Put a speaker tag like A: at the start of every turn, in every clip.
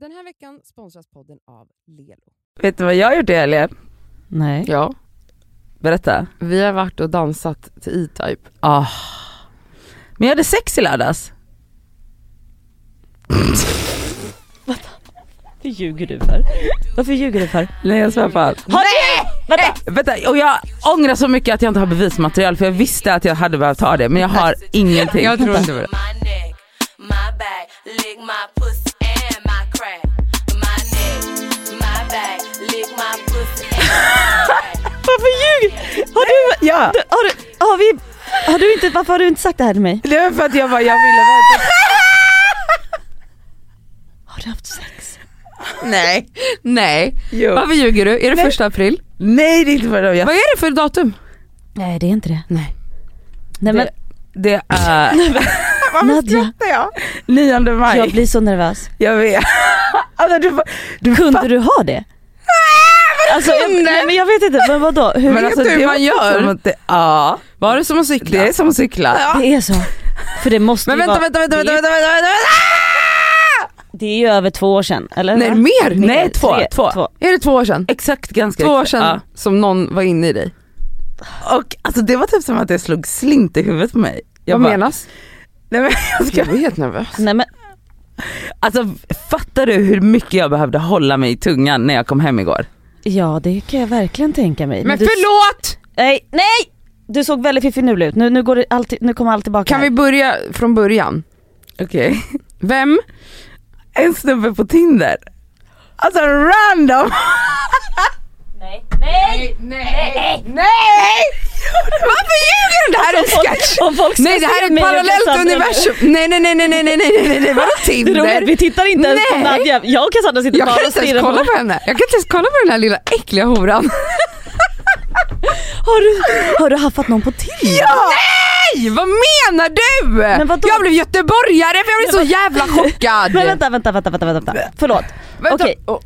A: Den här veckan sponsras podden av Lelo.
B: Vet du vad jag har gjort i helgen?
C: Nej.
D: Ja,
B: Berätta.
D: vi har varit och dansat till E-Type.
B: Ah. Men jag hade sex i lördags.
C: Varför ljuger du för? Varför ljuger du för?
B: Nej jag svär på allt.
C: Har du? Vänta!
B: Eh, Vänta, och jag ångrar så mycket att jag inte har bevismaterial för jag visste att jag hade behövt ha det men jag har ingenting.
D: Jag tror inte på det.
E: My neck, my back, lick my pussy and my crack. My neck, my back, lick my pussy and my crack.
C: Varför ljuger Har du?
B: Ja,
C: du- Har du? Har vi? Har du inte? Varför har du inte sagt det här till mig?
B: det var för att jag bara, jag ville vänta.
C: Har du haft sex?
B: Nej.
D: Nej,
B: Jo.
D: varför ljuger du? Är det första april?
B: Nej det är inte vad det var.
D: Vad
B: Jag,
D: är det för datum?
C: Nej det är inte det.
D: Nej.
C: Nej men
B: det är...
C: Nadja.
B: jag? 9 maj.
C: jag blir så nervös.
B: Jag vet. Alltså, du, får- du
C: Kunde du ha
D: Ah,
C: det? Alltså, jag, nej men jag vet inte, men vadå? Hur,
B: Men alltså,
D: du hur
B: det
D: man
B: var
D: gör?
B: som att Det, ja,
D: Var det som att cykla?
B: det är som att cykla.
C: det är så? För det måste
D: Men
C: ju
D: vänta,
C: vara,
D: vänta, vänta,
C: det,
D: vänta,
C: är-
D: vänta, vänta, vänta, vänta.
C: det är ju över två år sedan, eller?
D: Nej
C: va?
D: mer!
B: Nej, två,
C: Tre-
B: två.
D: Är det två år sedan?
B: Exakt ganska
D: Två år
B: exakt.
D: sedan som någon var inne i dig.
B: Ja. Och alltså det var typ som att det slog slint i huvudet på mig. Jag
D: Vad
B: bara,
D: menas?
B: Nej, men jag ska
D: Jag är helt nervös.
C: Nej men
B: Alltså fattar du hur mycket jag behövde hålla mig i tungan när jag kom hem igår?
C: ja det kan jag verkligen tänka mig.
D: Men
C: du,
D: förlåt!
C: nej, nej! Du såg väldigt fiffinulig ut, nu, nu, går det alltid, nu kommer allt tillbaka.
D: Kan vi
C: här.
D: börja från början?
B: Okej.
D: Vem?
B: En snubbe på Tinder. Alltså random!
D: Varför ljuger du? Det här är en sketch!
C: Om folk ska
D: Nej det här
C: se
D: är ett
C: mig
D: parallellt
C: representant-
D: universum. Nej nej nej nej nej nej nej nej nej vadå
C: Det roliga är att
D: Tinder?
C: vi tittar inte ens på
D: Nej.
C: Nadja, jag och Cassandra sitter
D: Jag
C: bara
D: kan
C: och
D: inte
C: stirrar
D: ens kolla
C: varandra.
D: på henne. Jag kan inte ens kolla på den här lilla äckliga horan.
C: Har du, har du haffat någon på Tinder?
D: Nej vad menar du?
C: Men vadå?
D: jag blev göteborgare för jag blev så jävla chockad.
C: Men vänta, vänta, vänta, vänta, vänta. förlåt.
D: Vänta.
C: Okej.
D: Åh,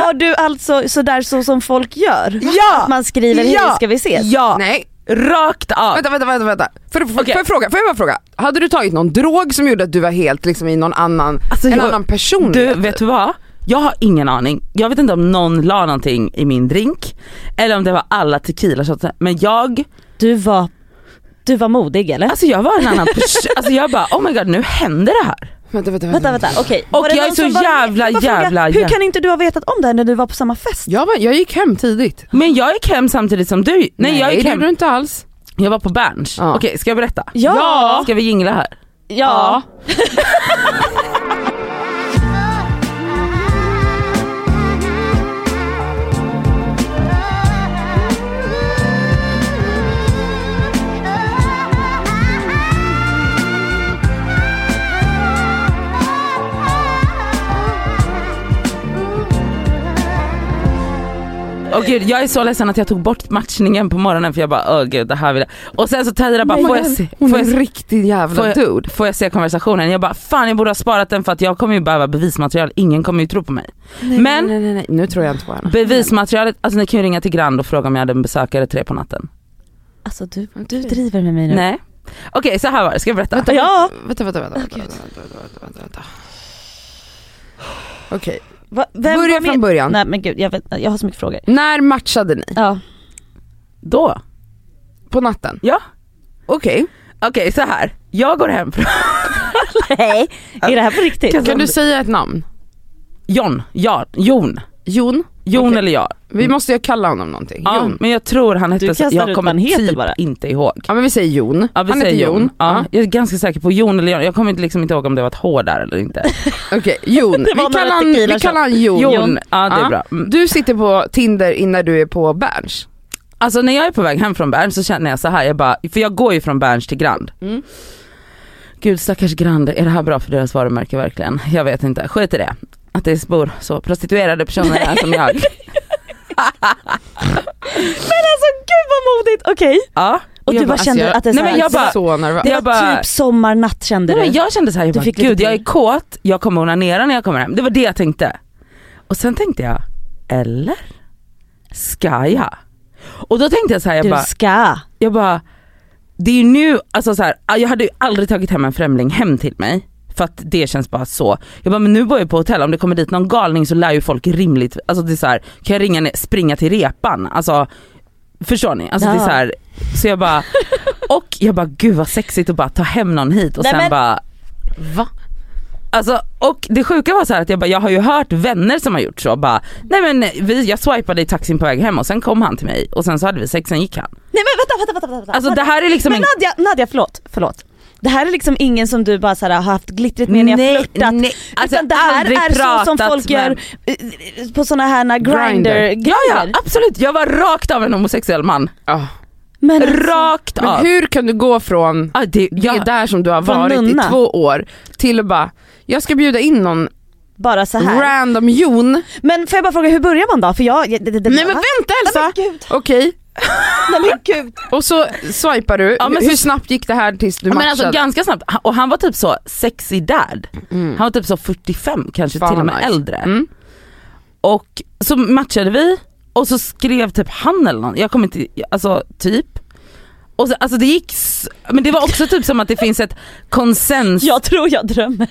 C: Har du alltså sådär så som folk gör?
B: Ja!
C: Att man skriver
B: ja!
C: hej ska vi ses?
B: Ja!
D: Nej.
B: Rakt av!
D: Vänta, vänta, vänta. vänta. För, för,
B: Okej.
D: för fråga, får jag bara fråga? Hade du tagit någon drog som gjorde att du var helt liksom, i någon annan,
B: Alltså,
D: en
B: jag-
D: annan person?
B: Du vet du vad? Jag har ingen aning. Jag vet inte om någon la någonting i min drink eller om det var alla tequila shots. Men jag,
C: Du var, du var modig eller?
B: alltså jag var en annan person. Alltså jag bara oh my god nu händer det här.
D: Vänta, vänta, vänta.
C: Vänta vänta, okej.
B: Och
C: Var det
B: jag är
C: någon
B: så
C: som var med?
B: jävla,
C: Jag bara frågar,
B: jävla,
C: Hur
B: jävla-
C: kan inte du ha vetat om det här när du var på samma fest?
D: Jag, var, jag gick hem tidigt.
B: Men jag gick hem samtidigt som du. Nej, jag
D: det
B: gick
D: gjorde
B: hem.
D: du inte alls.
B: Jag var på Berns.
D: Ja.
B: Okej ska jag berätta?
C: Ja.
B: Ska vi jingla här?
C: Ja.
B: Åh gud jag är så ledsen att jag tog bort matchningen på morgonen för jag bara åh gud det här vill jag. Och sen så Tahira bara får jag, se,
D: Oh Hon
B: får
D: är
B: jag
D: en riktig
B: Får
D: jävla
B: jag-
D: dude.
B: får jag se konversationen? Jag bara fan jag borde ha sparat den för att jag kommer ju behöva bevismaterial, ingen kommer ju tro på mig. men
D: Nej, nej, nej, nu tror jag inte på henne.
B: bevismaterialet, alltså ni kan ju ringa till Grand och fråga om jag hade en besökare tre på natten.
C: Alltså du, du driver med mig nu.
B: Nej. Okej så här var det, ska jag berätta?
C: Ja.
D: Vänta, vänta, vänta. vänta, vänta, vänta, vänta, vänta, vänta. Okej,
C: Va, vem
D: börja
C: var med?
D: från början.
C: Nej men gud jag, vet, jag har så mycket frågor.
D: När matchade ni?
C: Ja.
B: Då?
D: På natten?
B: Ja.
D: Okej.
B: Okej så här. jag går hem från
C: Nej, är det här på riktigt?
D: Kan du säga ett namn?
B: John, ja, Jon.
D: Jon?
B: Jon
D: Okej.
B: eller jag.
D: Vi måste ju kalla honom någonting.
B: Mm. Ja,
D: Jon.
B: men jag tror han hette
C: Du
B: så,
C: kastar
B: jag
C: ut
B: kommer
C: vad han heter
B: typ
C: bara.
B: inte ihåg.
D: Ja men vi säger Jon.
B: Ja, vi
D: Han heter
B: säger
D: Jon.
B: Ja, jag är ganska säker på Jon eller Jon, jag kommer liksom inte ihåg om det var ett H där eller inte.
D: Okej, Jon. Vi
C: Det var
D: kallar
C: några
D: han, vi
C: tequila
D: kallar han Jon.
B: Jon, ja det är
D: Ja.
B: bra. Mm.
D: Du sitter på Tinder innan du är på Berns.
B: Alltså när jag är på väg hem från Berns så känner jag så här, jag bara, för jag går ju från Berns till Grand.
D: Mm.
B: Gud stackars Grand, är det här bra för deras varumärke verkligen? Jag vet inte, skit i det. Att det bor så prostituerade personer här som jag.
C: Men alltså gud vad modigt, okej.
B: Ja.
C: Och
D: Jag
C: du bara, kände
D: alltså,
C: att det är
B: nej, men
C: såhär-
B: jag bara-
D: så nervös.
B: Det-
C: det
B: jag
C: var
B: bara-
C: typ sommarnatt kände
B: Nej,
C: du?
B: men jag kände så här, jag
C: Du
B: bara,
C: fick lite
B: gud jag är
C: pirr.
B: kåt, jag kommer onanera när jag kommer hem. Det var det jag tänkte. Och sen tänkte jag, eller? Ska jag? Och då tänkte jag så här, jag
C: du
B: bara,
C: ska.
B: ah, jag bara, det är ju nu, alltså så här, jag hade ju aldrig tagit hem en främling hem till mig. För att det känns bara så. Jag bara men nu bor jag på hotell, om det kommer dit någon galning så lär ju folk rimligt, alltså det är så här, kan jag ringa ner, springa till repan? Alltså förstår ni? Alltså det är
C: Ja.
B: så här, så jag bara, och jag bara gud vad sexigt att bara ta hem någon hit och
C: Nej,
B: sen
C: men-
B: bara va? Alltså och det sjuka var så här att jag bara, jag har ju hört vänner som har gjort så bara, nej men vi, jag swipade i taxin på väg hem och sen kom han till mig och sen så hade vi sex, sen gick han.
C: Nej men vänta, vänta, vänta. vänta.
B: Alltså
C: vänta.
B: det här är liksom
C: men
B: en
C: Nadja, Nadja förlåt, förlåt. Det här är liksom ingen som du bara så här, har haft glittret med när jag
B: Nej,
C: flörtat.
B: nej. Alltså,
C: Utan det här
B: aldrig
C: är så som
B: pratat
C: folk gör
B: med-
C: eh, på sådana här na- grinder
D: Grindr.
B: Ja ja absolut, jag var rakt av en homosexuell man.
D: Ja.
C: Men alltså,
B: Rakt
D: Men
B: av.
D: hur kan du gå från
B: Ja, det,
D: det
B: ja,
D: där som du har
C: Från
D: varit
C: nunna.
D: i två år till att bara, jag ska bjuda in någon
C: bara så här.
D: random jon.
C: Men får jag bara fråga hur börjar man då? För jag... Det, det, det,
D: Nej men
C: va?
D: vänta Elsa!
C: Nej men gud,
D: Okej,
C: nej men gud.
D: och så swipar du.
B: Ja, men
D: Hur
B: så-
D: snabbt gick det här tills du
B: men
D: matchade?
B: alltså ganska snabbt, Han- och han var typ så sexy dad.
C: Mm.
B: Han var typ så 45 kanske
D: Fan,
B: till och med
D: vad nice.
B: äldre.
D: Mm.
B: Och så matchade vi och så skrev typ han eller någon, jag kommer inte, alltså typ. Och så, alltså det gick, s- men det var också typ som att det finns ett konsens,
C: Jag tror jag drömmer.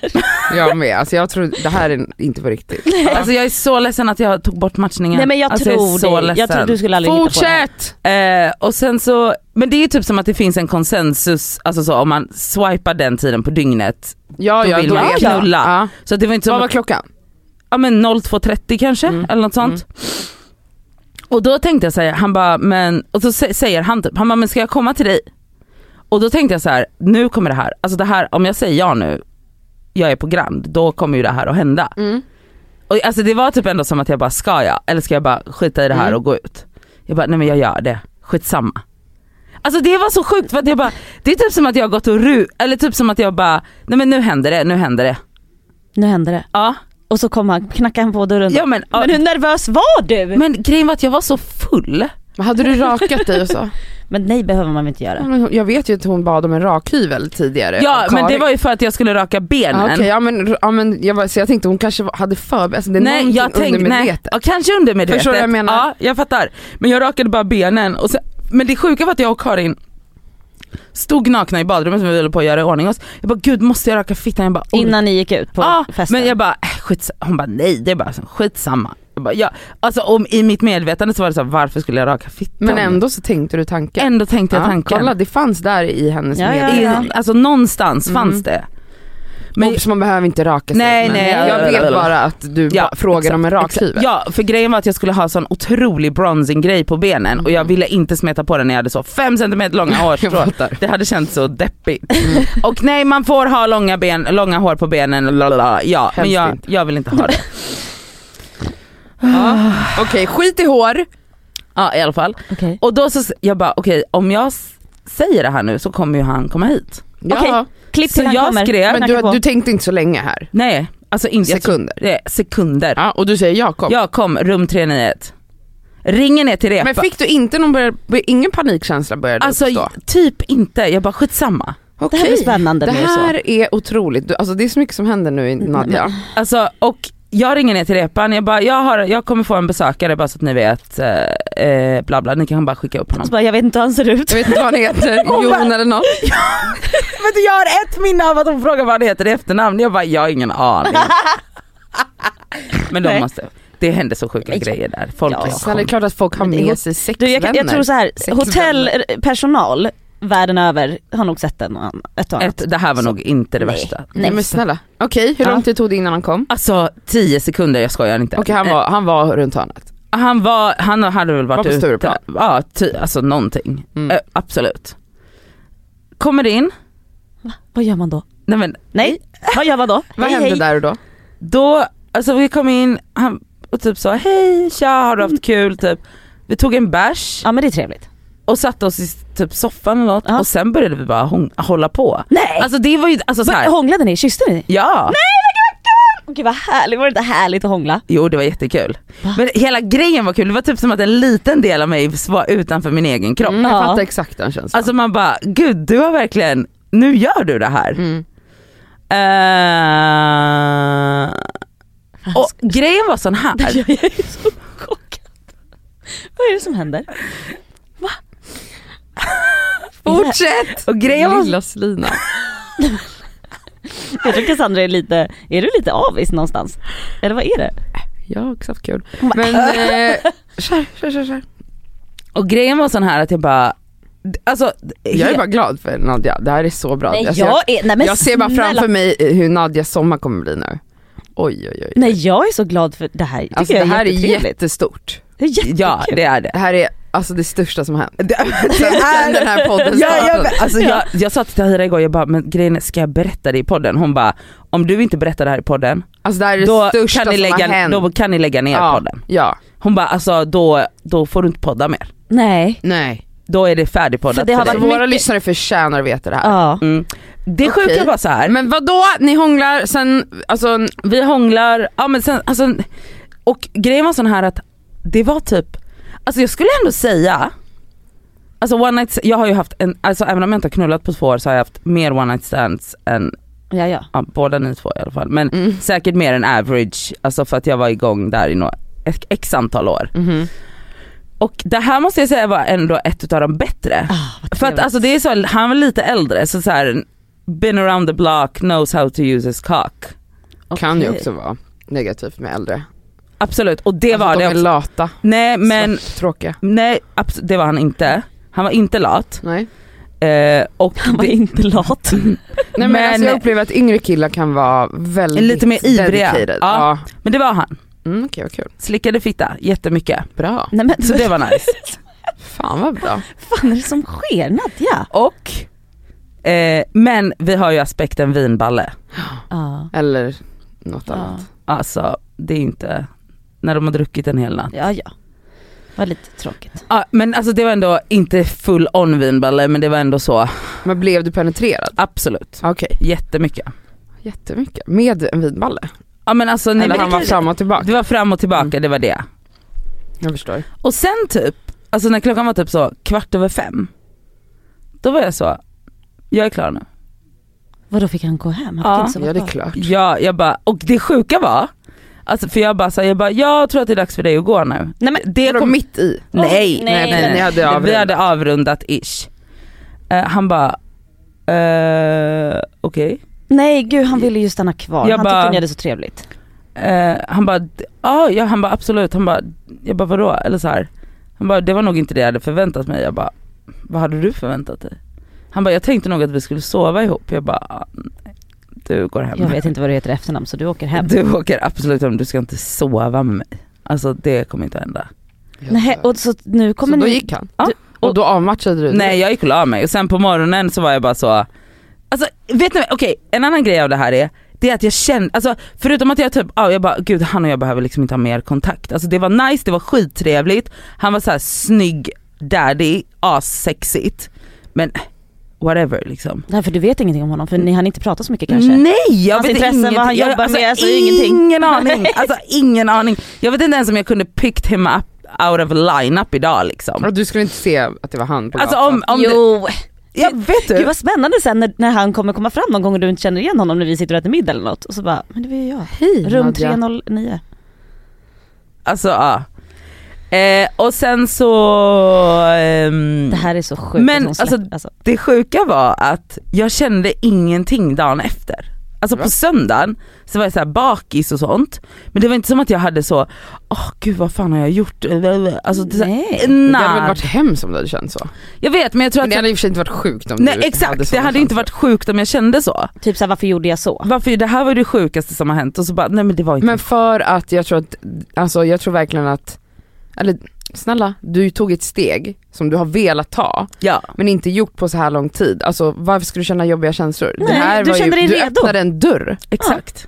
D: Jag med, alltså jag tror det här är inte på riktigt.
B: alltså jag är så ledsen att jag tog bort matchningen.
C: Nej men jag
B: alltså,
C: tror
B: är så
C: dig. Jag
B: ledsen.
C: tror du skulle aldrig hitta på det här.
D: Fortsätt!
B: Eh, och sen så, men det är ju typ som att det finns en konsensus, alltså så om man swipar den tiden på dygnet.
D: Ja,
B: Då
D: ja,
B: vill man
D: vet
B: knulla.
D: jag. Ja.
B: Så att det var inte som
D: Vad var
B: att,
D: klockan?
B: ja men 02.30 kanske eller något sånt. Och då tänkte jag säga, han bara men, och så sä- säger han typ, han bara men ska jag komma till dig? Och då tänkte jag så här, nu kommer det här, alltså det här, om jag säger ja nu, jag är på Grand, då kommer ju det här att hända.
C: Mm.
B: Och alltså det var typ ändå som att jag bara, ska jag? Eller ska jag bara skita i det här
D: Mm.
B: och gå ut? Jag bara, nej men jag gör det, skitsamma. Alltså det var så sjukt för att jag bara, det är typ som att jag har gått och ru, eller typ som att jag bara, nej men nu händer det, nu händer det.
C: Nu hände det.
B: Ja,
C: Och så kom han, knackade han på dörren.
B: ja men, ja.
C: Men hur nervös var du? Men,
B: Men grejen var att jag var så full.
D: Men Hade du rakat dig och så?
C: nej behöver man väl inte
D: Ja,
C: göra.
D: men Jag vet ju att hon bad om en rakhyvel tidigare.
B: Ja
D: av
B: men det
D: Karin.
B: var ju för att jag skulle raka benen.
D: Ja, Ah, okej, ja, men, ja, men jag, bara, så jag tänkte hon kanske var- hade för alltså, det är
B: Nej jag tänkte, nej,
D: undermedvetet.
B: ja, kanske undermedvetet.
D: Förstår du vad jag menar?
B: Ja jag fattar. Men jag rakade bara benen. Och sen, men det sjuka var att jag och Karin stod nakna i badrummet som vi höll på att göra i ordning oss. Jag bara gud måste jag raka fittan? Jag bara, "Oj."
C: Innan ni gick ut på
B: ja,
C: festen.
B: Men jag bara äh, skitsamma. Hon bara nej det är bara så, skitsamma. Jag bara, ja. Alltså om, i mitt medvetande så var det så här, varför skulle jag raka fittan?
D: Men ändå så tänkte du tanken.
B: Ändå tänkte jag tanken.
D: kolla det fanns där i hennes
C: Ja, ja,
D: medvetande.
B: I, alltså någonstans
D: Mm.
B: fanns det.
D: Men, Obs, man behöver inte raka sig.
B: Nej,
D: men
B: nej,
D: jag
B: ja, ja,
D: vet
B: ja.
D: bara att du
B: Ja,
D: ba- frågar om en
B: Exakt.
D: rakhyvel.
B: Ja för grejen var att jag skulle ha sån otrolig bronzing-grej på benen och
D: Mm.
B: jag ville inte smeta på den när jag hade så 5 cm långa
D: Jag
B: hårstrån.
D: fattar.
B: Det hade känts så deppigt.
D: Mm.
B: Och nej man får ha långa, ben, långa hår på benen, lalala. ja men
D: Helst
B: jag,
D: inte.
B: jag vill inte ha det.
D: Ja. Okej, skit i hår.
B: Ja i alla fall.
C: Okej.
B: Och då så, jag bara okej om jag s- säger det här nu så kommer ju han komma hit.
D: Ja.
C: Okej, Klipp
B: Så
C: till han
B: jag
C: kommer.
B: skrev-
D: Men
C: Knacka på.
D: du, du tänkte inte så länge här.
B: Nej alltså inte, jag tror-
D: Sekunder.
B: det är sekunder.
D: Ja, och du säger jag kom.
B: Jag kom rum 391. Ringer ner till repa.
D: Men fick du inte någon, började, ingen panikkänsla började
B: Alltså
D: uppstå?
B: typ inte, jag bara skitsamma.
C: Det här blir spännande
D: Det
C: nu. Så.
D: här är otroligt, du, alltså, det är så mycket som händer nu i Nadja.
B: Alltså och jag ringer ner till repan, jag bara jag, har, jag kommer få en besökare bara så att ni vet, eh, eh, bla bla, ni kan bara skicka upp honom.
C: Så bara, jag vet inte hur han ser ut.
D: Jag vet inte vad han heter, Jon eller något.
B: Men jag har ett minne av att hon frågar vad han heter i efternamn, jag bara jag har ingen aning. Men de
C: Nej.
B: måste, det hände så sjuka
C: Nej.
B: grejer där. Folk
C: Ja,
B: ja,
D: Snälla det är klart att folk har
C: Men det är-
D: med sig
C: Du,
D: sexvänner.
C: jag, kan- jag tror så här,
D: Sexvänner.
C: hotellpersonal världen över har nog sett en och annan, ett och annat.
B: Ett, det här var nog inte det värsta.
D: Nej men snälla, okej hur
B: Ja.
D: lång tid tog det innan han kom?
B: Alltså 10 sekunder, jag skojar inte. Eh,
D: Okej han, var, han var runt hörnet.
B: Han var, han hade väl varit
D: Var på
B: ute.
D: Stureplan.
B: Ja, ty, alltså någonting.
D: Mm.
B: Eh, absolut. Kommer in,
C: Vad gör man då?
B: nej men
C: Nej, vad gör man då?
D: Vad
C: Hej,
D: hände
C: hej.
D: där och då?
B: då, alltså vi kom in han, och typ sa hej, tja, har du haft kul? Typ. Vi tog en bärs
C: Ja men det är trevligt.
B: och satte oss i typ soffan eller något
C: Ja.
B: och sen började vi bara hon, hålla på.
C: Nej!
B: Alltså det var ju, alltså så här,
C: Hånglade ni? Kysste ni?
B: ja,
C: Åh, Gud vad härligt, var det inte härligt att hångla?
B: jo det var jättekul.
C: Va?
B: Men hela grejen var kul, det var typ som att en liten del av mig var utanför min egen kropp.
D: Mm, jag
C: Ja.
D: fattar exakt den känslan.
B: Alltså man bara, gud du har verkligen, nu gör du det här.
D: mm.
B: Eh, och grejen var sån här.
C: Jag är så chockad. Vad är det som händer? Va?
D: Fortsätt!
B: Och grejen var
D: Lilla Slina.
C: Jag tror Cassandra är lite, är du lite avis någonstans? Eller vad är det?
D: Jag har också haft kul. Men eh, kör, kör, kör, kör.
B: Och grejen var sån här att jag bara, alltså,
D: Jag är bara glad för Nadja, det här är så bra.
C: Nej
D: Alltså, jag,
C: jag är, nej men
D: jag ser bara
C: snälla.
D: framför mig eh, hur Nadjas sommar kommer bli nu. Oj oj oj.
C: Nej jag är så glad för det här, tycker
D: Alltså,
C: jag
D: det
C: är
D: här är
C: jättetrevligt.
D: jättestort.
C: Det är jättekul.
B: ja det är det.
D: Det här är alltså det största som har hänt.
B: Det
D: Sen den här podden
B: Ja,
D: startade.
B: jag, alltså, jag, jag sa till Tahira igår, jag bara, men grejen är, ska jag berätta det i podden? Hon bara, om du inte berättar det här i podden,
D: Alltså det här är det
B: då
D: största
B: kan, ni
D: som har
B: lägga,
D: hänt.
B: då kan ni lägga ner
D: ja,
B: podden.
D: ja,
B: Hon bara, alltså då, då får du inte podda mer.
C: Nej.
D: nej.
B: Då är det färdigpoddat
C: För det har
B: för
D: Så
B: dig.
C: varit-
D: våra
C: mycket-
D: lyssnare förtjänar att veta det här.
C: Ja.
B: Mm. Det
D: Okej.
B: sjuka var så här.
D: Men vadå, ni hånglar sen, alltså
B: vi hånglar, ja men sen, alltså, och grejen var sån här att det var typ, alltså jag skulle ändå säga, alltså one night, jag har ju haft en, alltså även om jag inte har knullat på två år så har jag haft mer one night stands än,
C: Ja ja.
B: ja, båda ni två i alla fall, men
D: Mm.
B: säkert mer än average, alltså för att jag var igång där i några, ett x antal år. Och det här måste jag säga var ändå ett utav de bättre.
C: Ah,
B: För att alltså det är så, han var lite äldre så, så här, been around the block, knows how to use his cock.
D: kan ju också vara negativt med äldre.
B: Absolut, och det
D: Alltså,
B: var
D: de
B: det
D: är
B: också.
D: lata,
B: Nej men,
D: men... tråkiga.
B: nej abs- det var han inte. Han var inte lat.
D: Nej.
B: Eh, och
C: Han var
B: det,
C: inte lat.
D: Nej men,
B: Men-
D: alltså, jag upplever att yngre killar kan vara väldigt
B: Lite mer ivriga.
D: dedicated.
B: Ja.
D: Ja.
B: men det var han.
D: Mm, okej vad kul.
B: Slickade fitta jättemycket.
D: Bra.
C: Nej men
B: Så det var nice.
D: Fan vad bra.
C: vad fan är det som sker Nadja?
B: Och, eh, men vi har ju aspekten vinballe.
C: Ja.
D: Eller något
C: Ja.
D: annat.
B: Alltså det är ju inte, när de har druckit en hel natt.
C: Ja ja. Var lite tråkigt.
B: Ja, men alltså det var ändå inte full on vinballe men det var ändå så,
D: Men blev du penetrerad?
B: absolut.
D: Okej,
B: Jättemycket.
D: jättemycket. Med en vinballe?
B: Ja men alltså nej,
D: Eller
B: men
D: han var
B: det,
D: fram och tillbaka?
B: det var fram och tillbaka, det var det.
D: Jag förstår.
B: Och sen typ, alltså när klockan var typ så kvart över fem, då var jag så, jag är klar nu.
C: Vadå fick han gå hem?
B: Ja.
C: Han fick inte
D: Ja
C: sova
D: det är
C: kvar.
D: klart.
B: Ja, jag bara, och det sjuka var, alltså för jag bara så här, jag bara, jag tror att det är dags för dig att gå nu.
C: Nej men
B: Det
D: Vadå
B: kom-
D: mitt i?
B: nej,
C: Åh,
B: nej, nej, nej.
D: Ni hade
B: Vi
D: avrundat.
B: hade avrundat ish. Eh, han bara, eh, okej.
C: Nej gud han ville ju stanna kvar.
B: Jag
C: han
B: bara-
C: tyckte ni hade så trevligt.
B: Eh, han bara, "D- ah, ja han bara absolut, han bara, jag bara vadå? Eller så här. Han bara, det var nog inte det jag hade förväntat mig. Jag bara, vad hade du förväntat dig? Han bara, jag tänkte nog att vi skulle sova ihop. Jag bara, ah, nej. du går hem.
C: Jag vet inte vad du heter i efternamn så du åker hem.
B: Du åker absolut hem, du ska inte sova med mig. Alltså det kommer inte att hända.
C: Nej och så nu kommer
D: så då
C: ni...
D: gick han?
B: Ja.
D: Och då avmatchade du?
B: Nej jag gick och la mig och sen på morgonen så var jag bara så, alltså vet ni, okej en annan grej av det här är, det är att jag kände, alltså förutom att jag typ, ja jag bara gud han och jag behöver liksom inte ha mer kontakt. Alltså det var nice, det var skittrevligt, han var så här snygg daddy, assexigt. Men whatever liksom.
C: Nej för du vet ingenting om honom för ni hann inte prata så mycket kanske?
B: Nej jag
C: Hans
B: vet
C: intressen, vad
B: ingenting.
C: han
B: Jag-
C: jobbar med, alltså, ingenting.
B: ingen aning. Alltså ingen aning. Jag vet inte ens om jag kunde picked him up out of lineup idag liksom.
D: Och du skulle inte se att det var han på
B: Alltså
D: gatan?
B: om, om det,
C: jo!
B: jag vet du.
C: Gud vad spännande sen när, när han kommer komma fram någon gång och du inte känner igen honom när vi sitter och äter middag eller något och så bara, men det var ju jag.
D: Hej
C: Rum
D: Nadja.
B: Mm.
C: 309.
B: Alltså ja. Eh, och sen så, ehm,
C: Det här är så sjukt
B: Men,
C: att hon släpper-
B: alltså, det sjuka var att jag kände ingenting dagen efter. Alltså på
D: Va?
B: söndagen så var jag så här bakis och sånt. Men det var inte som att jag hade så, åh gud vad fan har jag gjort? Alltså, det, så här,
C: Nej.
D: Det hade väl
B: nah.
D: varit hemskt om du hade känt så?
B: Jag vet men jag tror
D: Men
B: att,
D: det
B: jag,
D: hade i och för sig inte varit sjukt om
B: nej
D: du
B: exakt det
D: sådana
B: hade ju inte
D: känslor.
B: varit sjukt om jag kände så.
C: Typ såhär, varför gjorde jag så?
B: Varför, det här var ju det sjukaste som har hänt och så bara, nej men det var inte
D: Men för att jag tror att, alltså jag tror verkligen att, eller snälla, du tog ett steg som du har velat ta
B: ja.
D: men inte gjort på så här lång tid. Alltså varför skulle du känna jobbiga känslor?
C: Nej, du
D: var
C: kände dig
D: du
C: redo.
D: öppnade en dörr
B: Exakt.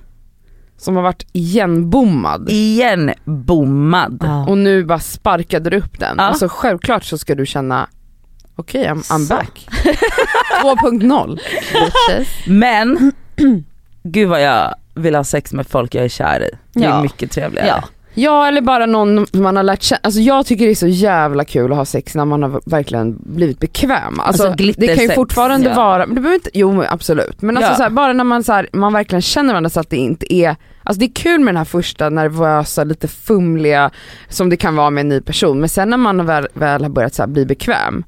D: som har varit igenbommad
B: Igen bommad.
C: Ja.
D: och nu bara sparkade du upp den.
B: Ja.
D: Alltså självklart så ska du känna, okej I'm, I'm
C: Så.
D: back. 2.0. bitches.
B: Men, gud vad jag vill ha sex med folk jag är kär i. Det är
C: Ja.
B: mycket trevligare.
C: ja.
D: Ja eller bara någon man har lärt känna, alltså jag tycker det är så jävla kul att ha sex när man har verkligen blivit bekväm. Alltså,
B: Alltså,
D: det kan ju
B: glittersex,
D: fortfarande
B: ja.
D: vara, men det behöver inte, jo men absolut, men alltså
B: Ja.
D: så här, bara när man, så här, man verkligen känner varandra så att det inte är, alltså det är kul med den här första nervösa, lite fumliga som det kan vara med en ny person, men sen när man väl, väl har börjat så här, bli bekväm,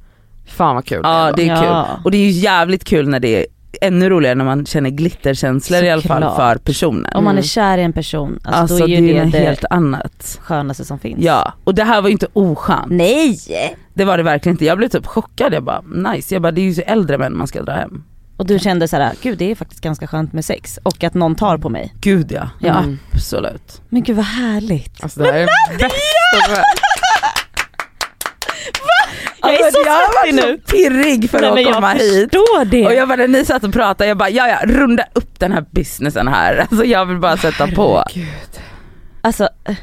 D: fan vad kul
B: Ja
D: är då.
B: det är
C: Ja.
B: kul. Och det är ju jävligt kul när det ännu roligare när man känner glitterkänslor i alla fall
C: Såklart.
B: för personen.
C: Om man är
D: Mm.
C: kär i en person, alltså,
B: Alltså
C: då är
B: det
C: ju
B: är
C: det
B: något
C: det
B: helt annat.
C: skönaste som finns.
B: Ja, och det här var ju inte oskönt.
C: Nej!
B: Det var det verkligen inte. Jag blev typ chockad, jag bara nice. Jag bara det är ju så äldre män man ska dra hem.
C: Och du kände så här, gud det är faktiskt ganska skönt med sex och att någon tar på mig.
B: Gud ja,
C: Ja.
B: Mm. absolut.
C: Men gud vad härligt.
D: Alltså det här är det bästa.
C: Jag är
B: Alltså,
C: så
B: jag
C: svettig
B: var
C: nu.
B: så pirrig för
C: Nej, men
B: att komma
C: jag
B: hit.
C: förstår det.
B: Och jag bara när ni satt och pratade, jag bara ja ja runda upp den här businessen här. Alltså jag vill bara sätta på.
D: Gud.
C: Alltså, eh.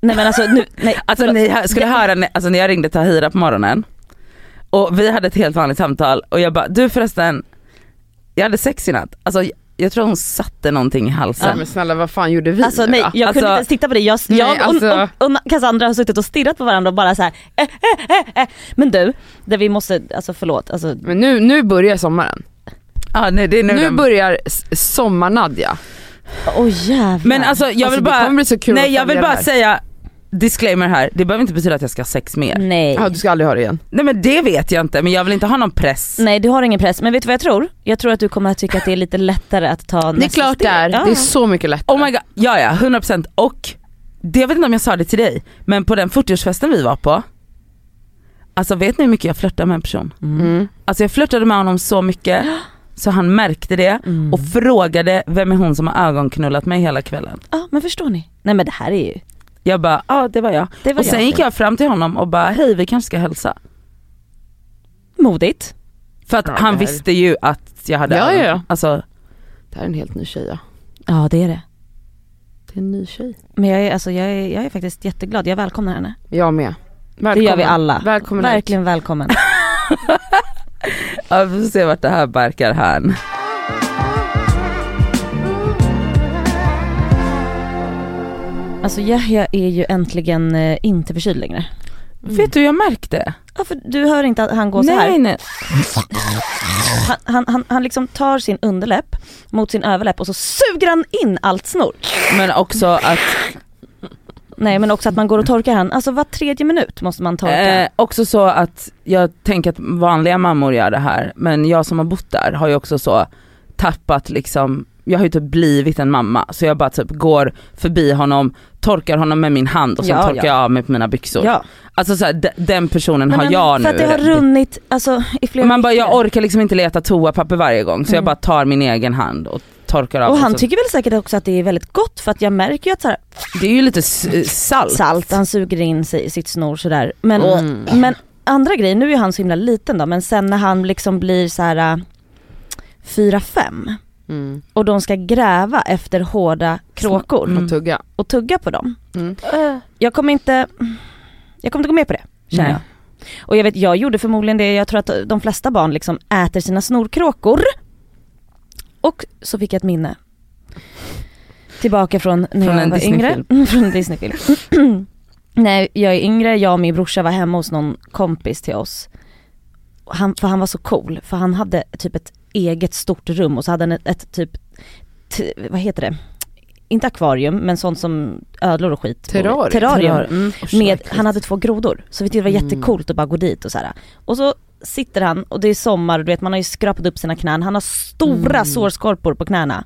C: nej men alltså nu, nej.
B: Alltså
C: förlåt.
B: ni hö- skulle höra när- alltså, när jag ringde Tahira på morgonen och vi hade ett helt vanligt samtal och jag bara du förresten, jag hade sex i natt. Alltså jag- jag tror hon satte någonting i
D: Nej,
B: halsen.
D: men snälla vad fan gjorde vi
C: Alltså
D: nu
C: nej
D: då?
C: jag
B: Alltså-
C: kunde inte ens titta på dig. Jag,
D: Nej,
C: jag och-
D: alltså-
C: och, och, Cassandra har suttit och stirrat på varandra och bara så här. Eh, eh, eh, eh. Men du, det vi måste, alltså förlåt. Alltså,
D: Men nu, nu börjar sommaren.
B: ah, nej, det är nu
D: Nu
B: den-
D: börjar s- sommar-Nadja.
C: åh jävlar.
B: Men alltså jag vill
D: Alltså, det
B: bara,
D: kommer bli så kul att
B: nej jag
D: följa
B: vill
D: det
B: bara
D: här.
B: säga disclaimer här, det behöver inte betyda att jag ska ha sex mer.
D: Mm.
C: nej.
D: Ja, du ska aldrig ha det igen.
B: Nej men det vet jag inte men jag vill inte ha någon press.
D: Mm.
C: Nej du har ingen press, men vet du vad jag tror? Jag tror att du kommer att tycka att det är lite lättare att ta
D: Det är klart det är,
C: Ja.
D: det är så mycket lättare.
B: Oh my god, ja ja 100% och det jag vet inte om jag sa det till dig men på den 40-årsfesten vi var på, alltså vet ni hur mycket jag flörtade med en person?
D: Mm.
B: Alltså jag flörtade med honom så mycket så han märkte det
C: Mm.
B: och frågade vem är hon som har ögonknullat mig hela kvällen.
C: Ja men förstår ni? Nej men det här är ju,
B: Jag bara ja ah, det var jag.
C: det var
B: Och sen
C: jag.
B: gick jag fram till honom och bara hej vi kanske ska hälsa.
C: Modigt.
B: För att
D: Ja, det
B: han
D: här-
B: visste ju att jag hade
D: Ja, ja, ja.
B: ögon- Alltså,
D: Det här är en helt ny tjej ja.
C: Ja det är det.
D: Det är en ny tjej.
C: Men jag är, alltså, jag är, jag är faktiskt jätteglad, jag välkomnar henne.
D: Jag med. Välkommen.
C: Det gör vi alla.
D: Välkommen hit.
C: Verkligen välkommen.
B: ja, vi får se vart det här barkar hän.
C: Alltså Yahya är ju äntligen eh, inte förkyld längre.
B: Vet du jag märkte?
C: Ja, för du hör inte att han går så
B: nej
C: här.
B: nej.
C: Han, han, han, han liksom tar sin underläpp mot sin överläpp och så suger han in allt snor.
B: Men också att,
C: Nej men också att man går och torkar han. Alltså var tredje minut måste man torka.
B: eh, också så att jag tänker att vanliga mammor gör det här men jag som har bott där har ju också så tappat liksom jag har ju typ blivit en mamma så jag bara typ går förbi honom, torkar honom med min hand och sen
C: Ja,
B: torkar
C: ja.
B: jag av mig på mina byxor.
C: ja.
B: Alltså så här, de- den personen
C: Nej,
B: har
C: men
B: jag
C: för
B: nu.
C: att det har runnit alltså, i flera
B: Man bara jag
C: veckor.
B: orkar liksom inte leta toapapper varje gång så jag
C: Mm.
B: bara tar min egen hand och torkar av
C: Och
B: mig.
C: han
B: Så-
C: tycker väl säkert också att det är väldigt gott för att jag märker ju att så här,
B: Det är ju lite s- salt.
C: salt, han suger in sig, sitt snor sådär. Men,
D: Mm.
C: men andra grejer, nu är han så himla liten då men sen när han liksom blir så här äh, fyra fem
D: Mm.
C: och de ska gräva efter hårda kråkor
B: Mm.
D: Och tugga.
C: och tugga på dem.
D: Mm.
C: Jag kommer inte, jag kommer inte gå med på det känner
B: Nej.
C: jag. Och jag vet, jag gjorde förmodligen det, jag tror att de flesta barn liksom äter sina snorkråkor. Och så fick jag ett minne. Tillbaka från när
B: Från
C: jag
B: en
C: var yngre.
B: Disneyfilm.
C: från en Disneyfilm. när jag är yngre, jag och min brorsa var hemma hos någon kompis till oss. Och Han, för han var så cool, för han hade typ ett eget stort rum och så hade han ett, ett typ, t, vad heter det? Inte akvarium men sånt som ödlor och skit. bor i.
D: Terrarium.
C: Terrarium
D: Oh,
B: Mm.
C: med, han hade två grodor, så vi tyckte det var jättecoolt att bara gå dit och så här. Och så sitter han och det är sommar och du vet man har ju skrapat upp sina knän, han har stora sårskorpor på knäna.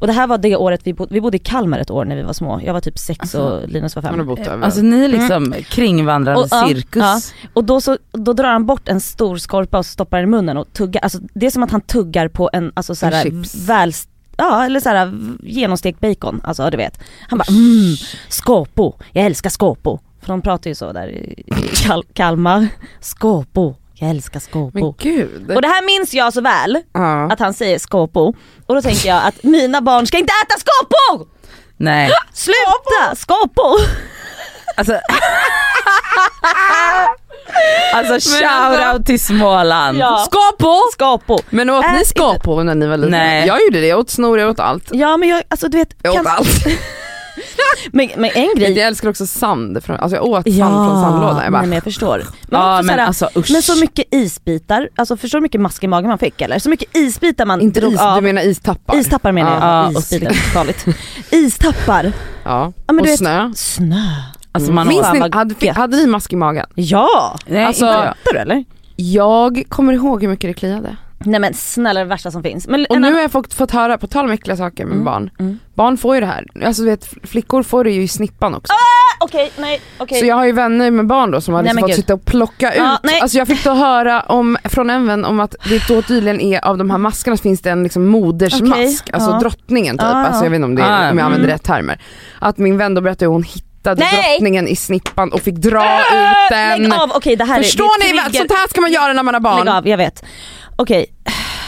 C: Och det här var det året vi bodde, vi bodde i Kalmar ett år när vi var små, jag var typ sex och Linus var
D: Han har
C: fem.
D: bott överallt.
B: Alltså ni är liksom kringvandrande
C: Mm. Och, ja,
B: cirkus.
C: ja. Och då, så, då drar han bort en stor skorpa och stoppar den i munnen och tuggar, alltså det är som att han tuggar på en, alltså så
D: En
C: här,
D: chips.
C: väl, ja eller så här genomstekt bacon, alltså du vet. Han bara mm, skåpo, jag älskar skåpo. För de pratar ju så där i i Kal- Kalmar. Skåpo, jag älskar
D: men
C: skåpo.
D: gud.
C: Och det här minns jag så väl,
D: ja.
C: att han säger skåpo. Och då tänker jag att mina barn ska inte äta skåpo!
B: Nej,
C: Sluta! Skåpo!
B: alltså. alltså shoutout till Småland.
C: Ja. Äh,
D: Skåpo!
C: Skåpo.
D: Men åt
C: Ät
D: ni
C: inte-
D: skåpo när ni var liten?
B: Nej.
D: Jag gjorde det, jag åt snor, jag åt allt.
C: Ja men jag, alltså du vet,
D: Jag åt
C: kan,
D: allt.
C: men, men en grej
D: Jag älskar också sand, från, alltså jag åt sand från sandlådan. Jag bara,
C: nej, men jag förstår. Men,
B: Ja
C: också
B: men
C: såhär,
B: alltså usch.
C: men så mycket isbitar, alltså förstår du hur mycket mask i magen man fick eller? Så mycket isbitar man
D: inte
C: drog
D: is, du
C: av.
D: menar istappar?
C: Istappar menar jag,
B: Ja, och
C: isbitar, farligt. Istappar,
D: Ja,
C: Ja, men
D: och
C: du vet-
D: snö.
C: snö.
B: alltså, man
D: Minns
B: åt-
C: Fan,
D: ni,
C: vad
D: hade, fi-
C: gött.
D: hade ni mask i magen?
C: Ja!
B: Nej,
D: alltså-
B: inte jag.
C: Fattar du eller?
D: Jag kommer ihåg hur mycket det kliade.
C: Nej men snälla det värsta som finns. Men
D: Och
C: en
D: nu
C: annan-
D: har jag fått, fått höra, på tal om äckliga saker med
C: Mm,
D: barn,
C: mm.
D: barn får ju det här. Alltså du vet flickor får det ju i snippan också.
C: Okej, nej, okej.
D: Så jag har ju vänner med barn då som har
C: Nej,
D: liksom
C: men
D: fått
C: gud.
D: sitta och plocka ut.
C: Ja, nej.
D: alltså jag fick då höra om, från en vän om att det då tydligen är av de här maskerna så finns det en liksom modersmask,
C: Okej,
D: alltså
C: ja.
D: drottningen typ.
C: Ja, ja.
D: Alltså jag vet inte om, det är,
B: Ah,
D: om jag använder
C: mm.
D: rätt termer. Att min vän då berättade hur hon hittade
C: Nej.
D: drottningen i snippan och fick dra ut
C: Lägg
D: den.
C: av, okej det här
D: Förstår
C: är
D: ni?
C: det
D: vad-
C: trigger-
D: Sånt här ska man göra när man har barn.
C: Lägg av, jag vet. Okej,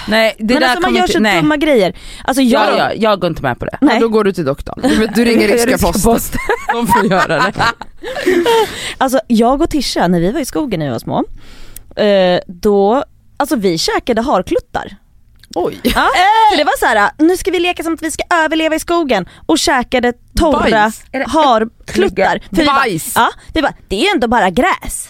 B: Nej det
C: men
B: där
C: alltså man
B: kommer
C: gör
B: inte-
C: så
B: nej.
C: dumma grejer. Alltså jag,
B: Ja, ja, jag går inte med på det.
D: Ja,
C: nej.
D: då går du till doktorn. Du, du ringer ryska posten.
B: De får göra det.
C: Alltså jag och Tisha när vi var i skogen när vi var små, eh, då, alltså vi käkade harkluttar.
D: Oj.
C: Ja, för det var så här, nu ska vi leka som att vi ska överleva i skogen och käkade torra
D: Bajs.
C: harkluttar. För vi bara,
D: Bajs.
C: ja, vi bara, det är ju ändå bara gräs.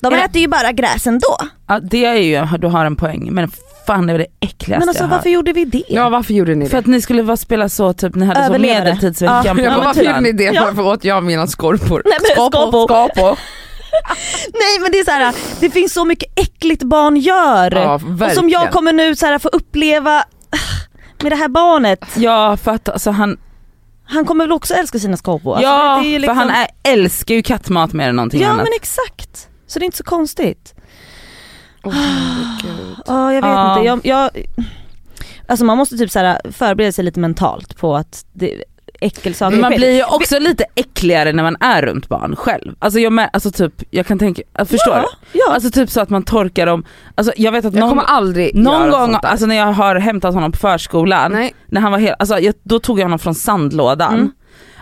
C: De
B: Är det-
C: äter ju bara gräs ändå.
B: Ja, det är ju, du har en poäng, men fan det är det äckligaste
C: Men alltså
B: jag har
C: varför gjorde vi det?
D: Ja varför gjorde ni det?
B: För att ni skulle vara spela så, typ ni hade så
C: Överlevare.
B: medeltidsveckan
C: Ja,
B: på
D: ja,
C: men
D: varför
B: Gotland.
D: gjorde ni det?
C: Ja.
D: Varför åt jag mina skorpor?
C: Nej, men
B: Skapo,
C: skapo.
B: skapo.
C: Nej men det är så här, det finns så mycket äckligt barn gör.
D: Ja,
C: och
D: verkligen.
C: som jag kommer nu så här, få uppleva ah, med det här barnet.
B: Ja för att alltså, han,
C: Han kommer väl också älska sina skåpor? Alltså,
B: ja,
C: det är ju
B: för han är, älskar ju kattmat mer än någonting
C: Ja
B: annat.
C: men exakt. Så det är inte så konstigt.
D: Åh, herregud.
C: Ja jag vet
B: Ja.
C: inte. Jag, jag, alltså man måste typ så här förbereda sig lite mentalt på att det, äckelsaker
B: Men Alltså, man
C: sker.
B: blir ju också lite äckligare när man är runt barn själv. Alltså jag, med, alltså typ, jag kan tänka, jag förstår
C: Ja,
B: du?
C: ja.
B: Alltså typ så att man torkar dem, alltså jag vet att
D: Jag
B: någon,
D: kommer aldrig
B: någon
D: göra
B: gång,
D: sånt där.
B: alltså när jag har hämtat honom på förskolan,
D: Nej.
B: när han var hel, alltså jag, då tog jag honom från sandlådan.
C: Mm.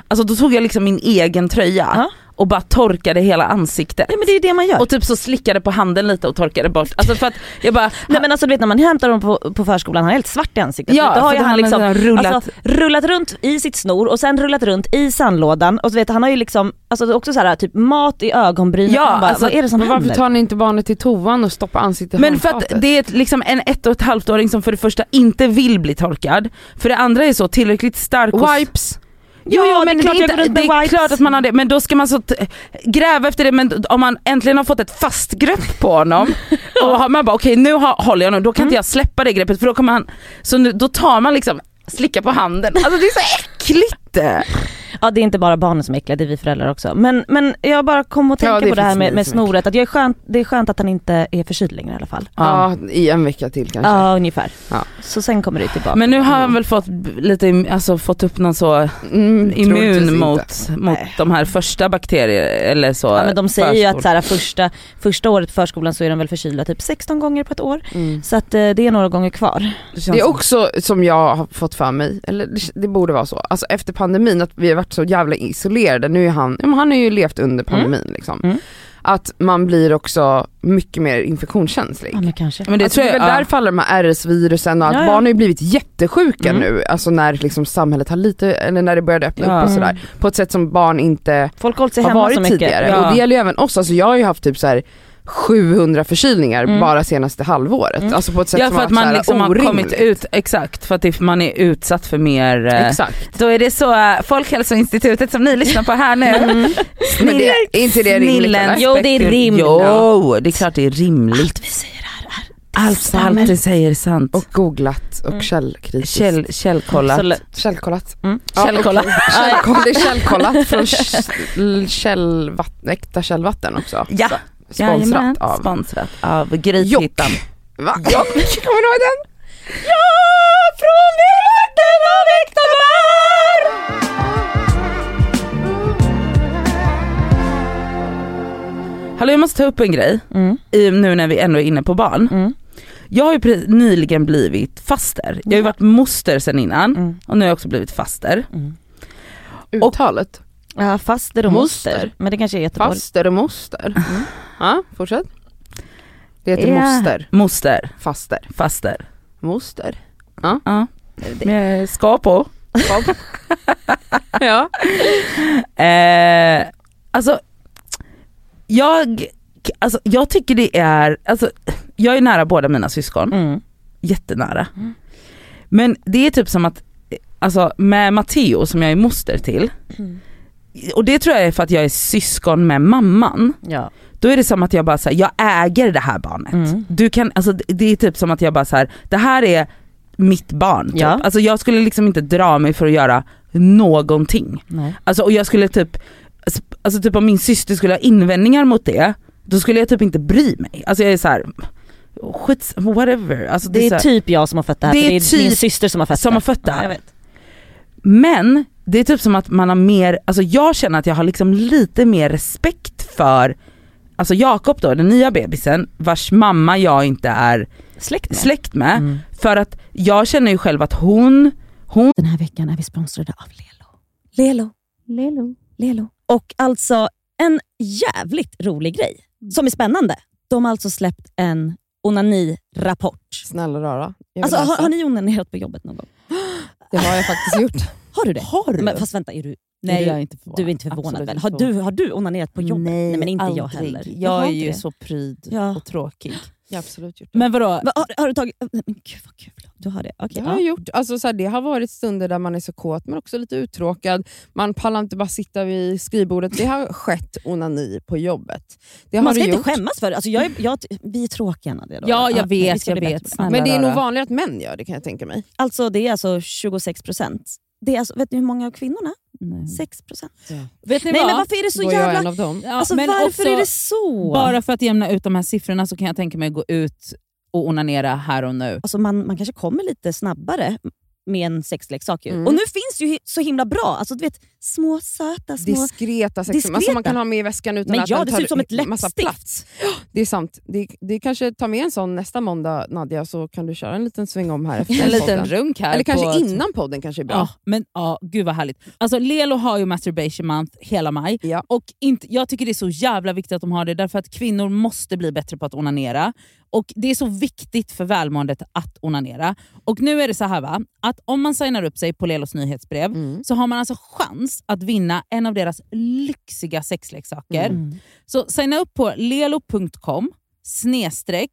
B: Alltså då tog jag liksom min egen tröja
C: Ja.
B: och bara torkade hela ansiktet.
C: Nej men det är ju det man gör.
B: Och typ så slickade på handen lite och torkade bort. Alltså för att jag bara,
C: Nej men alltså du vet när man hämtar dem på, på förskolan, han är helt svart i ansiktet.
B: ja,
C: Så då har
B: för
C: ju
B: att
C: han liksom
B: har rullat.
C: Alltså, rullat runt i sitt snor och sen rullat runt i sandlådan och så vet han har ju liksom, alltså det är också så här typ mat i ögonbrynen.
B: Ja,
C: Man bara,
B: alltså,
C: vad är det som
D: Men varför
C: händer?
D: tar ni inte barnet till toan och stoppar ansiktet i
B: men för att
D: handfatet?
B: det är ett- liksom en ett och ett halvt åring som för det första inte vill bli torkad, för det andra är så tillräckligt stark och
D: Wipes.
B: Jo,
C: Ja,
B: jo
C: det är
B: men det
C: klart
B: är,
C: jag går
B: inte,
C: runt
B: det
C: med
B: är
C: wipes.
B: klart att man har det, men då ska man så t- gräva efter det, men d- om man äntligen har fått ett fast grepp på honom och har- man bara okej nu har, håller jag honom, då kan inte jag släppa det greppet för då kommer han, så nu, då tar man liksom, slickar på handen, alltså det är så äckligt!
C: Ja det är inte bara barnen som är äckliga, det är vi föräldrar också. Men, men jag bara kom och
D: Ja,
C: tänka
D: det är
C: på det här
D: faktiskt
C: med,
D: ni
C: med
D: som är
C: snoret, att jag är skönt, det är skönt att han inte är förkyld längre i alla fall.
D: Ja. i en vecka till kanske.
C: Ja ungefär.
D: Ja.
C: Så sen kommer det tillbaka.
B: Men nu har han väl fått b- lite, im- alltså fått upp någon så
D: Mm, troligtvis
B: immun
D: inte.
B: mot, mot
C: Nej.
B: de här första bakterier eller så.
C: Ja, men de säger ju
B: förskol-
C: att så här, första, första året på förskolan så är de väl förkylda typ 16 gånger på ett år.
D: Mm.
C: Så att eh, det är några gånger kvar.
B: känns
D: Det är
B: som-
D: också som jag har fått för mig, eller det, det borde vara så, alltså efter pandemin att vi har varit så jävla isolerade, nu är han, ja, men han har ju levt under pandemin liksom.
C: Mm.
D: Att man blir också mycket mer infektionskänslig.
C: Ja men kanske.
B: men det
D: alltså,
B: tror
D: det är
B: jag,
D: väl
B: ja.
D: därför alla de här RS-virusen och att
C: Ja, ja.
D: barn har ju blivit jättesjuka
C: Mm.
D: nu, alltså när liksom samhället har lite, eller när det började öppna
B: Ja. Mm.
D: upp och sådär. På ett sätt som barn inte
C: Folk har hållit sig
D: har
C: hemma
D: varit
C: så mycket.
D: tidigare.
B: Ja.
D: Och det gäller ju även oss, alltså jag har ju haft typ så här 700 förkylningar
C: Mm.
D: bara senaste halvåret.
C: Mm.
D: Alltså på ett sätt
B: Ja
D: som
B: för att
D: har varit så
B: man
D: här
B: liksom har
D: orimligt.
B: kommit ut, exakt för att det- man är utsatt för mer eh,
D: Exakt.
B: Då är det så eh, Folkhälsoinstitutet som ni lyssnar på här nu.
D: Men det, är inte det rimligt
B: Mm. Snillen
D: eller?
C: Jo, det är
B: spekul-
C: rimligt.
B: Jo det är klart det är rimligt.
C: Allt vi säger här är
B: Allt, allt du säger är sant.
D: Och googlat och
C: Mm.
D: källkritiskt.
B: Käll, källkollat.
C: Absolut.
D: Källkollat.
C: Mm.
D: Ja,
B: Källkollat.
D: okej. Källkoll, det är källkollat från käll- källvatten, äkta källvatten också.
B: Ja.
D: Sponsrat
B: Jajamän,
D: av.
B: Sponsrat av Grythyttan.
D: Va? Ja. Kommer du ihåg den?
B: Från vildmarken av äkta bär! Hallå jag måste ta upp en grej,
C: Mm.
B: i- nu när vi ändå är inne på barn.
C: Mm.
B: Jag har ju pre- nyligen blivit faster. Jag har ju varit moster sen innan
C: Mm.
B: och nu har jag också blivit faster. Och-
D: Uttalet.
C: Ja, faster och
D: Moster.
C: moster. Men det kanske är Göteborg.
D: Faster och moster.
C: Mm.
D: Ja, fortsätt. Det heter
B: Ja.
D: moster.
B: Moster,
D: Faster.
B: faster.
D: Moster.
B: Ja. Med ska på.
D: Ja.
B: Eh, alltså, jag, alltså, jag tycker det är, alltså, jag är nära båda mina syskon,
C: Mm.
B: jättenära. Men det är typ som att, eh, alltså med Matteo som jag är moster till,
F: och det tror jag är för att jag är syskon med mamman.
C: Ja.
F: Då är det som att jag bara säger jag äger det här barnet.
C: Mm.
F: Du kan, alltså, det- det är typ som att jag bara så här, det här är mitt barn. Typ.
C: Ja.
F: Alltså, jag skulle liksom inte dra mig för att göra någonting.
C: Nej.
F: Alltså, och jag skulle typ, alltså, typ om min syster skulle ha invändningar mot det, då skulle jag typ inte bry mig. Alltså jag är så här, skits, whatever. Alltså,
C: Det
F: så
C: är
F: här-
C: typ jag som har fött det här,
F: Det
C: för
F: är
C: det är
F: typ
C: min syster som har fött
F: som
C: det.
F: har fött det här.
C: Ja, jag vet.
F: Men det är typ som att man har mer, alltså jag känner att jag har liksom lite mer respekt för Alltså Jakob då, den nya bebisen vars mamma jag inte är
C: Släkt med.
F: släkt med.
C: Mm.
F: För att jag känner ju själv att hon, hon
C: Den här veckan är vi sponsrade av Lelo. Lelo. Lelo. Lelo. Och alltså en jävligt rolig grej som är spännande. De har alltså släppt en onanirapport.
G: Snälla rara. Jag vill
C: Alltså, har,
G: läsa.
C: har ni onanerat på jobbet någon gång?
G: Det har jag faktiskt gjort.
C: Har du det?
G: Har du?
C: Men, fast vänta, är du,
G: Nej,
C: är
G: jag är
C: du,
G: inte förvånad.
C: du är inte förvånad
G: Absolut
C: väl?
G: inte
C: Har
G: förvånad.
C: du, har du onanerat på jobbet?
B: Nej,
C: men inte jag
B: aldrig.
C: heller.
B: Jag
C: Jaha,
B: är
C: inte
B: ju
C: det.
B: så pryd
C: Ja.
B: och tråkig.
G: Jag har absolut gjort det.
B: Men vadå?
C: Va, har, har du tagit... Nej, men gud vad kul. Du har det?
G: Det
C: Okej.
G: har jag
C: ja.
G: gjort. Alltså, så här, det har varit stunder där man är så kåt men också lite uttråkad. Man pallar inte bara sitta vid skrivbordet. Det har skett onani på jobbet. Det har
C: Man ska
G: det
C: inte
G: gjort.
C: skämmas för det. Alltså, jag är, jag, vi är tråkiga Nadia. då.
B: Ja, jag
C: men vi
B: vet,
C: ska
B: jag
C: bli
B: vet.
C: bättre på
B: Snälla.
G: Men det är nog
B: rara.
G: vanligare att män gör det kan jag tänka mig.
C: det. Alltså det är alltså 26 procent. Det är alltså, vet ni hur många av kvinnorna? 6 procent.
B: Vet ni
C: Nej
B: vad?
C: men varför är det så
G: Då är jag en
C: jävla...
G: av dem.
B: Ja,
C: Alltså
B: men
C: varför
B: också,
C: är det så?
B: Bara för att jämna ut de här siffrorna så kan jag tänka mig att gå ut och onanera här och nu.
C: Alltså, man, man kanske kommer lite snabbare med en sexleksak. Ju.
G: Mm.
C: Och nu finns det ju hi- så himla bra. Alltså, du vet, små söta små...
G: Diskreta sexsymboler
C: Diskreta.
G: som man kan ha med i väskan utan
C: men
G: att
C: ja,
G: den
C: det
G: tar
C: ser ut som ett
G: massa
C: läppstift.
G: plats. Det är sant. Det, det kanske tar med en sån nästa måndag Nadja, så kan du köra en liten sväng om här efter
B: En liten
G: podden.
B: runk här.
G: Eller kanske
B: på-
G: innan podden kanske är bra.
B: Ja, men ja, gud vad härligt. Alltså Lelo har ju masturbation month hela maj.
G: Ja.
B: Och inte, jag tycker det är så jävla viktigt att de har det, därför att kvinnor måste bli bättre på att onanera. Och det är så viktigt för välmåendet att onanera. Och nu är det så här va, att om man signar upp sig på Lelos nyhetsbrev
G: Mm.
B: så har man alltså chans att vinna en av deras lyxiga sexleksaker.
C: Mm.
B: Så signa upp på lelo.com snedstreck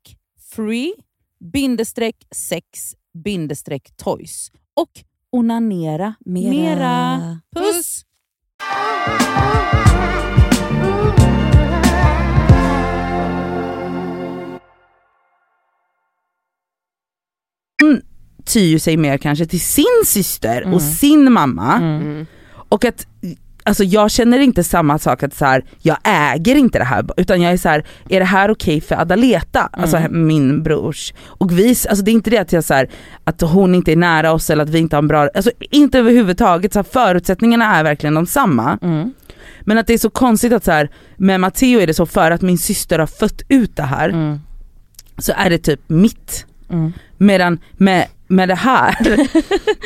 B: free bindestreck sex bindestreck toys och onanera mera. Puss!
F: tyr sig mer kanske till sin syster
C: Mm.
F: och sin mamma.
C: Mm.
G: Mm.
F: Och att Alltså jag känner inte samma sak att så här, jag äger inte det här utan jag är så här, är det här okej för Adaleta? Alltså min brors. Och vi, alltså det är inte det att jag så här, att hon inte är nära oss eller att vi inte har en bra, alltså inte överhuvudtaget. Så här, förutsättningarna är verkligen de samma.
C: Mm.
F: Men att det är så konstigt att så här, med Matteo är det så för att min syster har fött ut det här
C: Mm.
F: så är det typ mitt.
C: Mm.
F: Medan med, med det här,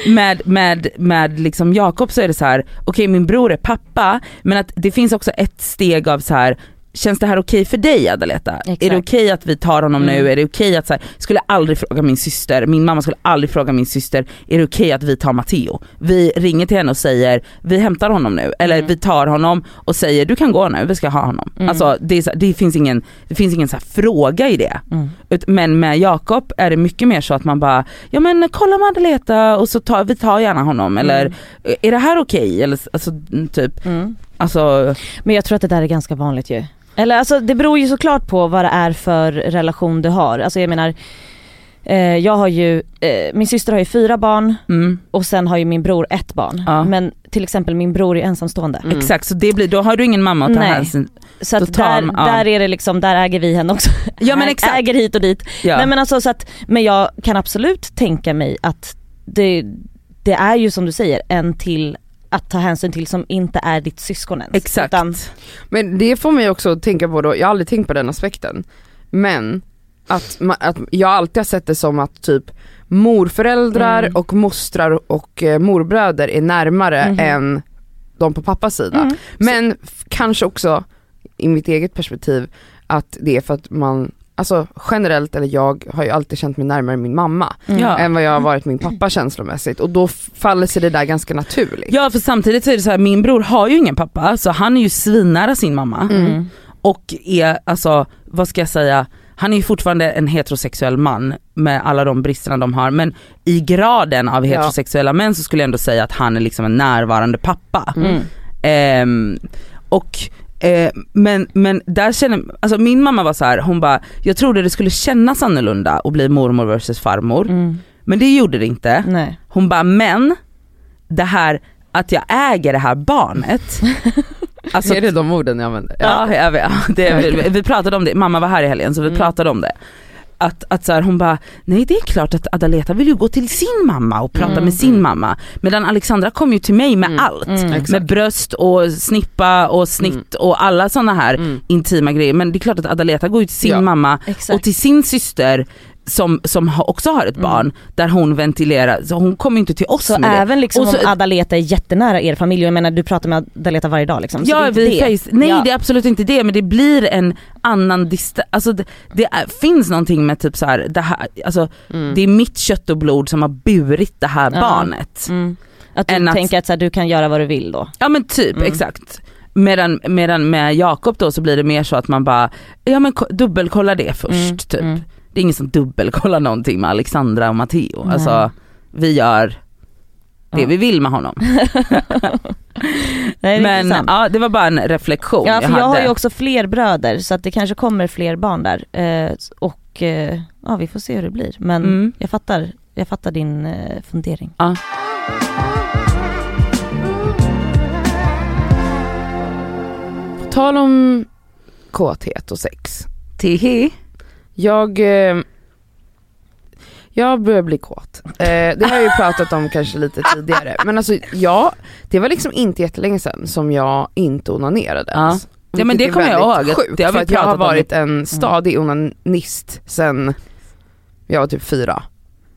F: med, med, med liksom Jakob så är det så här, okej min bror är pappa men att det finns också ett steg av så här Känns det här okej för dig Adaleta?
C: Exakt.
F: Är det okej att vi tar honom
C: Mm.
F: nu? Är det okej att så här, skulle aldrig fråga min syster, min mamma skulle aldrig fråga min syster, är det okej att vi tar Matteo? Vi ringer till henne och säger, vi hämtar honom nu, eller
C: Mm.
F: vi tar honom och säger du kan gå nu, vi ska ha honom. Alltså det, är så här, det finns ingen, det finns ingen så här fråga i det.
C: Mm.
F: Ut- Men med Jakob är det mycket mer så att man bara, ja men kolla Madeleta och så tar vi tar gärna honom eller
C: Mm.
F: är det här okej? Eller s- alltså mm, typ, alltså
C: Men jag tror att det där är ganska vanligt ju. Eller alltså det beror ju såklart på vad det är för relation du har. Alltså jag menar, eh, jag har ju, eh, min syster har ju fyra barn
F: mm,
C: och sen har ju min bror ett barn.
F: Ja.
C: Men till exempel min bror är ensamstående.
F: exakt så det blir, då har du ingen mamma att ta
C: Nej.
F: hänsyn
C: Så
F: Då
C: att
F: tar
C: där,
F: man- ja.
C: där är det liksom, där äger vi henne också.
F: Ja men
C: Ä-
F: exakt.
C: Äger hit och dit.
F: Ja.
C: Nej, men, alltså, så att, men jag kan absolut tänka mig att det, det är ju som du säger en till att ta hänsyn till som inte är ditt syskon ens.
F: Exakt.
C: Utan,
D: Men det får mig också att tänka på då, jag har aldrig tänkt på den aspekten, men att, ma- att jag alltid har sett det som att typ morföräldrar
F: Mm.
D: och mostrar och eh, morbröder är närmare
C: Mhm.
D: än de på pappas sida.
F: Mm.
D: Men f- kanske också i mitt eget perspektiv att det är för att man, alltså generellt, eller jag har ju alltid känt mig närmare min mamma
C: Mm.
F: Ja. Mm.
D: än vad jag har varit min pappa känslomässigt och då f- faller sig det där ganska naturligt.
F: Ja för samtidigt så är det så här, min bror har ju ingen pappa så han är ju svinnära sin mamma
D: Mm.
F: och är alltså, vad ska jag säga, han är ju fortfarande en heterosexuell man med alla de bristerna de har men
C: Mm.
F: i graden av heterosexuella män så skulle jag ändå säga att han är liksom en närvarande pappa. Ehm, och, eh, men, men där känner, alltså min mamma var så här, hon bara, jag trodde det skulle kännas annorlunda att bli mormor versus farmor.
C: Mm.
F: Men det gjorde det inte.
C: Nej.
F: Hon bara, men det här att jag äger det här barnet. alltså,
D: är det de orden jag använder?
F: Ja, jag vet, ja, det, vi, vi pratade om det, mamma var här i helgen så vi
D: Mm.
F: pratade om det. Att, att så här, hon bara, nej det är klart att Adaleta vill ju gå till sin mamma och prata
C: Mm.
F: med sin mamma. Medan Alexandra kom ju till mig med
D: Mm.
F: allt.
C: Mm.
D: Exakt.
F: Med bröst och snippa och snitt och alla sådana här
D: Mm.
F: intima grejer. Men det är klart att Adaleta går ju till sin
D: Ja.
F: mamma
C: Exakt. Mm.
F: och till sin syster som, som har- också har ett barn där hon ventilerar, så hon kommer ju inte till oss
C: Så
F: med det.
C: även liksom
F: Och så-
C: om Adaleta är jättenära er familj, och jag menar du pratar med Adaleta varje dag liksom. Så det är
F: Ja,
C: inte
F: vi
C: det.
F: face, nej
C: Ja.
F: det är absolut inte det men det blir en annan distans, alltså det, det är, finns någonting med typ så här, det här alltså det är mitt kött och blod som har burit det här
C: Mm. Ja.
F: barnet.
C: Mm. Att
F: Än
C: du
F: att-
C: tänker att så här, du kan göra vad du vill då.
F: Ja men typ,
C: Mm.
F: exakt. Medan, medan med Jakob då så blir det mer så att man bara, ja men ko- dubbelkolla det först
C: Mm,
F: typ.
C: mm.
F: Det är ingen som dubbelkollar någonting med Alexandra och Matteo,
C: Nej.
F: alltså vi gör det
C: Ja.
F: vi vill med honom.
C: Nej, det är
F: Men
C: intressant.
F: ja, det var bara en reflektion
C: Ja, för jag,
F: hade.
C: har ju också fler bröder så att det kanske kommer fler barn där. Eh, och eh, ja, vi får se hur det blir. Men
F: Mm.
C: jag, fattar, jag fattar din eh, fundering.
D: På tal om kåthet och sex.
F: Tihi.
D: Jag, eh, jag börjar bli kåt. Eh, det har jag ju pratat om kanske lite tidigare. Men alltså ja, det var liksom inte jättelänge sedan som jag inte onanerade
F: Ja.
D: ens.
F: Ja, men
D: Vilket
F: det kommer
D: är
F: jag
D: väldigt
F: ihåg att-
D: Sjukt,
F: det har vi
D: för att jag
F: pratat
D: har
F: om. Mm.
D: varit en stadig onanist sen jag var typ fyra.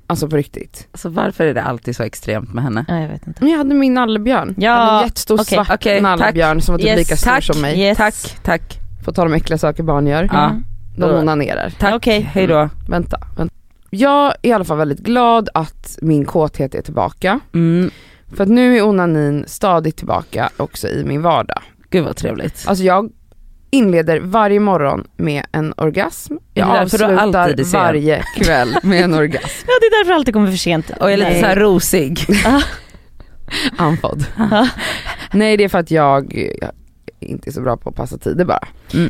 D: Alltså på riktigt.
F: Alltså varför är det alltid så extremt med henne?
C: Ja, jag vet inte.
D: Men jag hade min nallebjörn.
C: Ja,
D: Jag hade en jättestor
C: okej,
D: svart
F: okej, tack.
D: nallebjörn som var typ
C: Yes,
D: lika stor
F: tack.
D: som mig.
C: Yes.
F: Tack, tack.
D: På tal om äckliga saker barn gör.
F: Ja.
C: Mm.
D: De onanerar.
F: Tack,
C: Okej.
F: hejdå.
D: Vänta, vänta. Jag är i alla fall väldigt glad att min kåthet är tillbaka.
F: Mm.
D: För att nu är onanin stadigt tillbaka också i min vardag.
F: Gud vad trevligt.
D: Alltså jag inleder varje morgon med en orgasm.
F: Är det
D: Jag
F: därför du alltid är
D: avslutar
F: sen?
D: varje kväll med en orgasm.
C: Ja, det är därför jag alltid kommer för sent.
F: Och jag är lite
C: Nej.
F: så här rosig.
D: Andfådd. Nej det är för att jag eh, inte är så bra på att passa tider bara.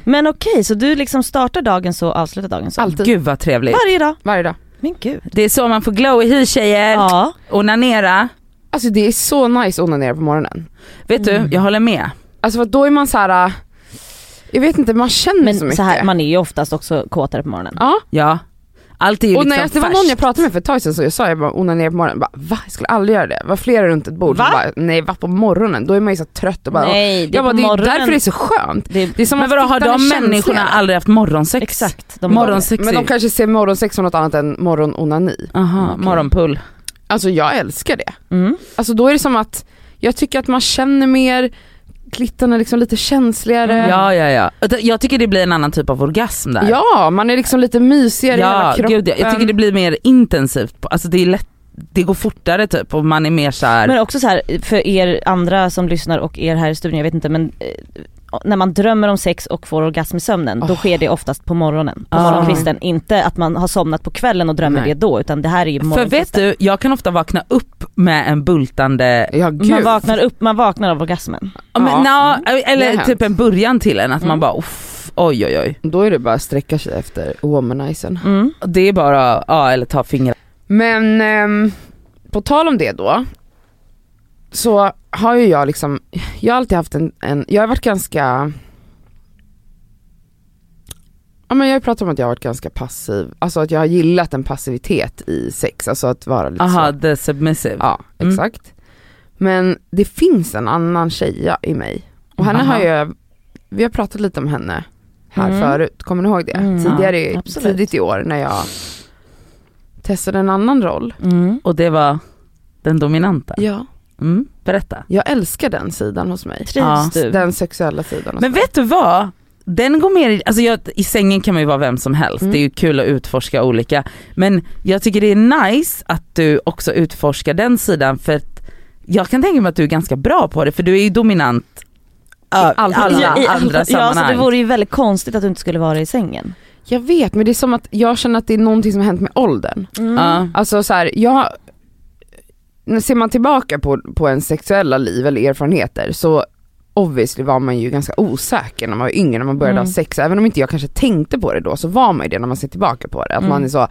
C: Men okej, så du liksom startar dagen så och avslutar dagen så?
D: Alltid.
F: Gud vad trevligt.
C: Varje dag?
D: Varje dag.
C: Men gud.
F: Det är så man får glow i hy tjejer.
C: Ja.
F: Onanera.
D: Alltså det är så nice att onanera på morgonen.
F: Vet du,
D: Mm.
F: jag håller med.
D: Alltså för att då är man så här. eh, jag vet inte, man känner
C: Men
D: så
C: så,
D: mycket.
C: här, man är ju oftast också kåtare på morgonen.
D: Ja.
F: Ja. Allt är ju
D: Och
F: liksom
D: när jag, det var någon jag
F: färskt.
D: pratade med för ett tag sedan så jag sa jag bara onanera på morgonen, bara, va? Jag skulle aldrig göra det. Det var flera runt ett bord som bara, nej va på morgonen? Då är man ju så trött och bara,
C: Nej, det
D: jag
C: är,
D: bara,
C: på
D: det är
C: morgonen.
D: därför det är så skönt.
C: det är
D: Det är som
F: Men vadå har
D: fittan
F: de
D: är
F: människorna typ-
D: känsligare.
F: aldrig haft morgonsex?
C: Exakt. De
F: Morgonsex
D: Men de kanske ser morgonsex som något annat än morgononani.
F: Aha, morgonpull.
D: Alltså jag älskar det.
C: Mm.
D: Alltså då är det som att jag tycker att man känner mer, klittan är liksom lite känsligare.
F: Ja ja ja. Och det- Jag tycker det blir en annan typ av orgasm där.
D: Ja, man är liksom lite mysigare i hela
F: ja
D: kroppen.
F: gud, jag, jag tycker det blir mer intensivt. Alltså det är lätt, det går fortare typ och man är mer såhär
C: Men också så här, för er andra som lyssnar och er här i studion, jag vet inte men eh, när man drömmer om sex och får orgasm i sömnen då
D: Oh.
C: sker det oftast på morgonen, på
F: Ah.
C: morgonkvisten. Inte att man har somnat på kvällen och drömmer
D: Nej.
C: det då utan det här är ju
F: För vet
C: morgonkvisten.
F: du, jag kan ofta vakna upp med en bultande,
D: Ja gud.
C: Man vaknar, upp, man vaknar av orgasmen.
F: ja. men,
D: Ja. mm.
F: nå, eller
D: Det har
F: typ
D: hänt.
F: en början till en, att man
C: Mm.
F: bara uff, oj oj oj.
D: Då är det bara att sträcka sig efter womanizern.
C: Mm.
F: Det är bara, ja eller ta fingrar.
D: Men ehm, på tal om det då, så har ju jag liksom, jag har alltid haft en, en jag har varit ganska, ja men jag har ju pratat om att jag har varit ganska passiv, alltså att jag har gillat en passivitet i sex, alltså att vara lite
F: Aha,
D: så.
F: the submissive.
D: Ja,
F: Mm.
D: exakt. Men det finns en annan tjeja i mig och henne
F: Aha.
D: har jag, vi har pratat lite om henne här
C: Mm.
D: förut, kommer ni ihåg det?
C: Mm.
D: Tidigare,
C: Ja, absolut.
D: tidigt i år när jag testade en annan roll.
C: Mm.
F: Och det var den dominanta.
D: Ja.
F: Mm, berätta.
D: Jag älskar den sidan hos mig.
C: Trivs
F: Ja.
C: du?
D: Den sexuella sidan hos
F: Men
D: mig.
F: vet du vad? Den går mer i, alltså jag, i sängen kan man ju vara vem som helst,
D: Mm.
F: det är ju kul att utforska olika. Men jag tycker det är nice att du också utforskar den sidan för att jag kan tänka mig att du är ganska bra på det för du är ju dominant i alla
C: Ja, i alla-
F: andra
C: Ja så
F: sammanhang.
C: det vore ju väldigt konstigt att du inte skulle vara i sängen.
D: Jag vet men det är som att jag känner att det är någonting som har hänt med åldern.
C: Mm.
F: Ja.
D: Alltså så här, jag när ser man tillbaka på, på en sexuella liv eller erfarenheter så obviously var man ju ganska osäker när man var yngre, när man började
C: Mm.
D: ha sex. Även om inte jag kanske tänkte på det då så var man ju det när man ser tillbaka på det. Att
C: Mm.
D: man är så,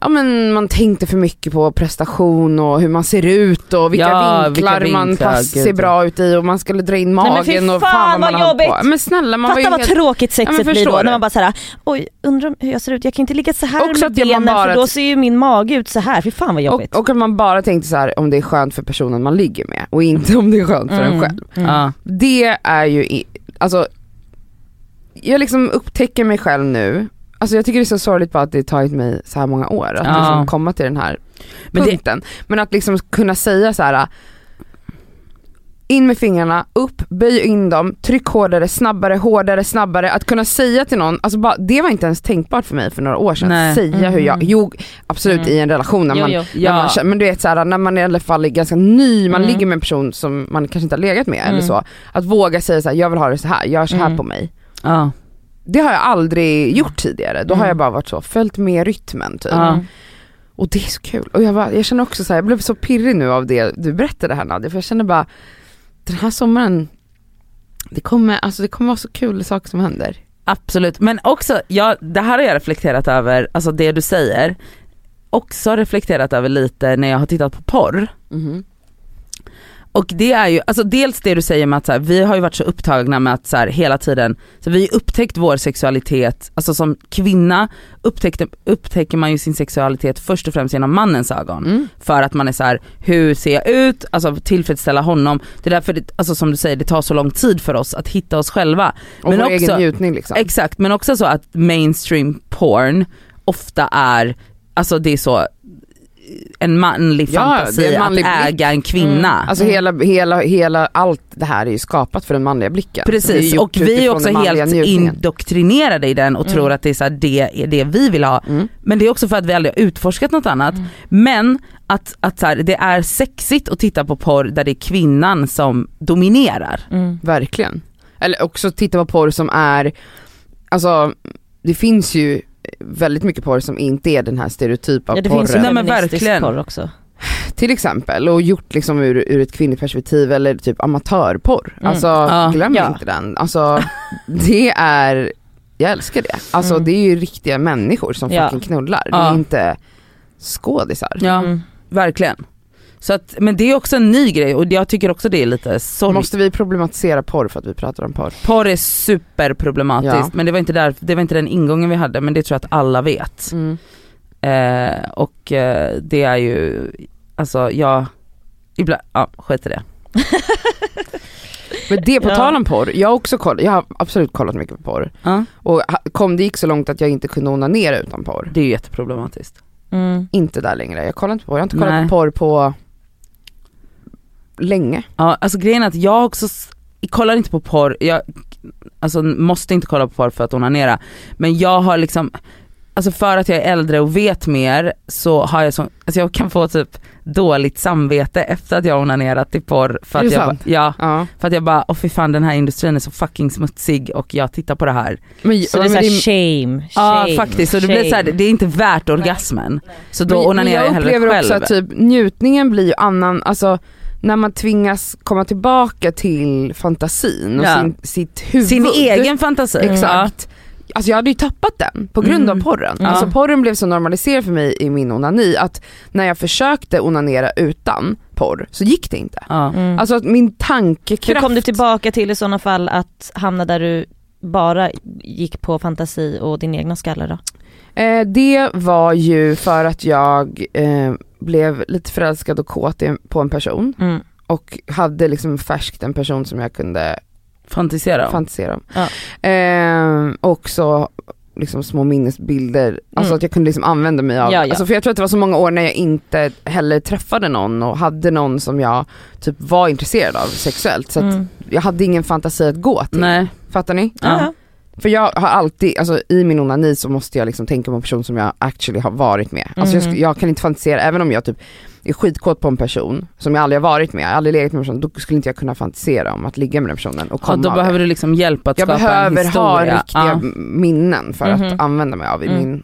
D: ja men man tänkte för mycket på prestation och hur man ser ut och vilka
F: Ja,
D: vinklar,
F: vilka
D: man
F: vinklar,
D: pass,
F: gud.
D: ser bra ut i och man skulle dra in
C: men
D: magen
C: fy
D: och
C: fan,
D: fan vad man
C: vad
D: har hållit på.
C: jobbigt.
D: Men snälla man
C: Fatta
D: var ju
C: vad
D: helt...
C: tråkigt
D: Ja,
C: sexet
D: men
C: blir då
D: förstår
C: när man
D: du?
C: bara såhär, oj undrar hur jag ser ut, jag kan inte ligga så här
D: Också
C: med
D: att det- man
C: benen
D: bara-
C: för då ser ju min mage ut så här. fy fan vad jobbigt.
D: Och, och att man bara tänkte så här om det är skönt för personen man ligger med och inte om det är skönt för en
C: Mm.
D: själv.
F: Ja.
D: Det är ju, i- alltså jag liksom upptäcker mig själv nu, alltså jag tycker det är så sorgligt bara att det tagit mig så här många år att
F: Ja.
D: liksom komma till den här
F: Men det-
D: punkten. Men att liksom kunna säga så här. In med fingrarna, upp, böj in dem, tryck hårdare, snabbare, hårdare, snabbare. Att kunna säga till någon, alltså bara, det var inte ens tänkbart för mig för några år sedan.
F: Nej. Mm.
D: Säga hur jag, jo absolut i en relation när
C: Jo,
D: man
C: jo.
D: när man
F: Ja.
D: känner- men du vet såhär, när man i alla fall är ganska ny, man
C: Mm.
D: ligger med en person som man kanske inte har legat med eller
C: Mm.
D: så. Att våga säga såhär, jag vill ha det så här, gör så här
C: Mm.
D: på mig.
F: Ja.
D: Det har jag aldrig gjort tidigare, då har
C: Mm.
D: jag bara varit så, följt med rytmen typ.
F: Ja.
D: Och det är så kul. Och jag, bara, jag känner också såhär, jag blev så pirrig nu av det du berättade här Nadia, för jag känner bara, den här sommaren, det kommer, alltså det kommer vara så kul saker som händer.
F: Absolut, men också, ja, det här har jag reflekterat över, alltså det du säger, också reflekterat över lite när jag har tittat på porr. Och det är ju, alltså dels det du säger med att så här, vi har ju varit så upptagna med att så här, hela tiden, så vi har ju upptäckt vår sexualitet, alltså som kvinna upptäckte, upptäcker man ju sin sexualitet först och främst genom mannens ögon.
D: Mm.
F: För att man är så här: hur ser jag ut? Alltså tillfredsställa honom. Det är därför, det, alltså som du säger, det tar så lång tid för oss att hitta oss själva.
D: Och
F: Men
D: vår
F: också-
D: egen njutning liksom.
F: Exakt, men också så att mainstream porn ofta är, alltså det är så en manlig
D: Ja,
F: fantasi
D: det är en manlig
F: att
D: blick.
F: äga en kvinna.
D: Alltså hela, hela, hela, allt det här är ju skapat för den manliga blicken. Det är ju
F: Precis
D: gjort
F: och vi är
D: utifrån
F: också
D: den manliga
F: helt
D: njutningen.
F: indoktrinerade i den och
C: Mm.
F: tror att det är, så här, det är det vi vill ha.
D: Mm.
F: Men det är också för att vi aldrig har utforskat något annat.
C: Mm.
F: Men att, att så här, det är sexigt att titta på porr där det är kvinnan som dominerar.
C: Mm.
D: Verkligen. Eller också titta på porr som är, alltså det finns ju väldigt mycket porr som inte är den här stereotypa
C: Ja det
D: porren.
C: finns ju
F: Nej, men
C: feministisk
F: verkligen.
C: porr också.
D: Till exempel, och gjort liksom ur, ur ett kvinnligt perspektiv eller typ amatörporr.
C: Mm.
D: Alltså
F: Ja.
D: glöm
C: Ja.
D: inte den. Alltså det är, jag älskar det. Alltså
C: Mm.
D: det är ju riktiga människor som
C: Ja.
D: fucking knullar. Det
F: Ja.
D: är inte skådisar.
C: Mm.
F: Verkligen. Så att, men det är också en ny grej och jag tycker också det är lite sorgligt.
D: Måste vi problematisera porr för att vi pratar om porr?
F: Porr är superproblematiskt
D: Ja.
F: men det var, inte där, det var inte den ingången vi hade men det tror jag att alla vet. Eh, och eh, det är ju, alltså jag, ibland, ja skit i det.
D: Men det på
C: Ja.
D: tal om porr, jag har också kollat, jag har absolut kollat mycket på porr.
F: Ja,
D: Och ha- kom, det gick så långt att jag inte kunde onanera utan porr.
F: det är ju jätteproblematiskt.
C: Mm.
D: Inte där längre, jag kollar inte på porr. Jag har inte kollat
F: Nej.
D: på porr på länge.
F: Ja, alltså grejen är att jag också, s- kollar inte på porr, jag alltså, måste inte kolla på porr för att onanera. Men jag har liksom, alltså för att jag är äldre och vet mer så har jag så, alltså jag kan få typ dåligt samvete efter att jag har onanerat till porr. För
D: Är
F: att
D: det
F: jag,
D: sant?
F: ba- Ja.
D: Ja.
F: För att jag bara, åh fy fan den här industrin är så fucking smutsig och jag tittar på det här.
D: Men,
C: Så det är
D: men
C: såhär
D: det-
C: shame,
F: Ja
C: shame,
F: faktiskt, så det blir så här, det är inte värt orgasmen. Så då
D: men- men
F: onanerar jag, hellre
D: upplever
F: själv.
D: också att typ, njutningen blir ju annan, alltså när man tvingas komma tillbaka till fantasin och
F: Ja.
D: sin, sitt huvud.
F: Sin egen fantasi.
C: Mm.
D: Exakt. Alltså jag hade ju tappat den på grund av porren.
F: Ja.
D: Alltså porren blev så normaliserad för mig i min onani att när jag försökte onanera utan porr så gick det inte.
F: Ja. Ja.
D: Alltså att min
C: Mm. Hur
D: tankekraft,
C: kom du tillbaka till i sådana fall att hamna där du bara gick på fantasi och din egna skalle då?
D: eh, det var ju för att jag eh, blev lite förälskad och kåt i en- på en person
C: Mm.
D: och hade liksom färskt en person som jag kunde
F: Fantisera om.
D: fantisera om. Eh, och så liksom små minnesbilder, alltså
C: Mm.
D: att jag kunde liksom använda mig av,
C: Ja, ja.
D: Alltså för jag tror att det var så många år när jag inte heller träffade någon och hade någon som jag typ var intresserad av sexuellt så att
C: Mm.
D: jag hade ingen fantasi att gå till.
F: Nej.
D: Fattar ni?
F: Ja.
C: Ja.
D: För jag har alltid, alltså i min onani så måste jag liksom tänka på en person som jag actually har varit med. Alltså jag, sk- jag kan inte fantisera, även om jag typ är skitkåt på en person som jag aldrig har varit med, jag har aldrig legat med en person, då skulle inte jag kunna fantisera om att ligga med den personen och
F: Ja,
D: komma
F: då
D: av
F: behöver
D: det.
F: du liksom hjälp att
D: Jag
F: skapa en
D: behöver Mm.
F: historia.
D: ha riktiga
F: Ja.
D: m- minnen för
C: Mhm.
D: att använda mig av i
C: Mm.
D: min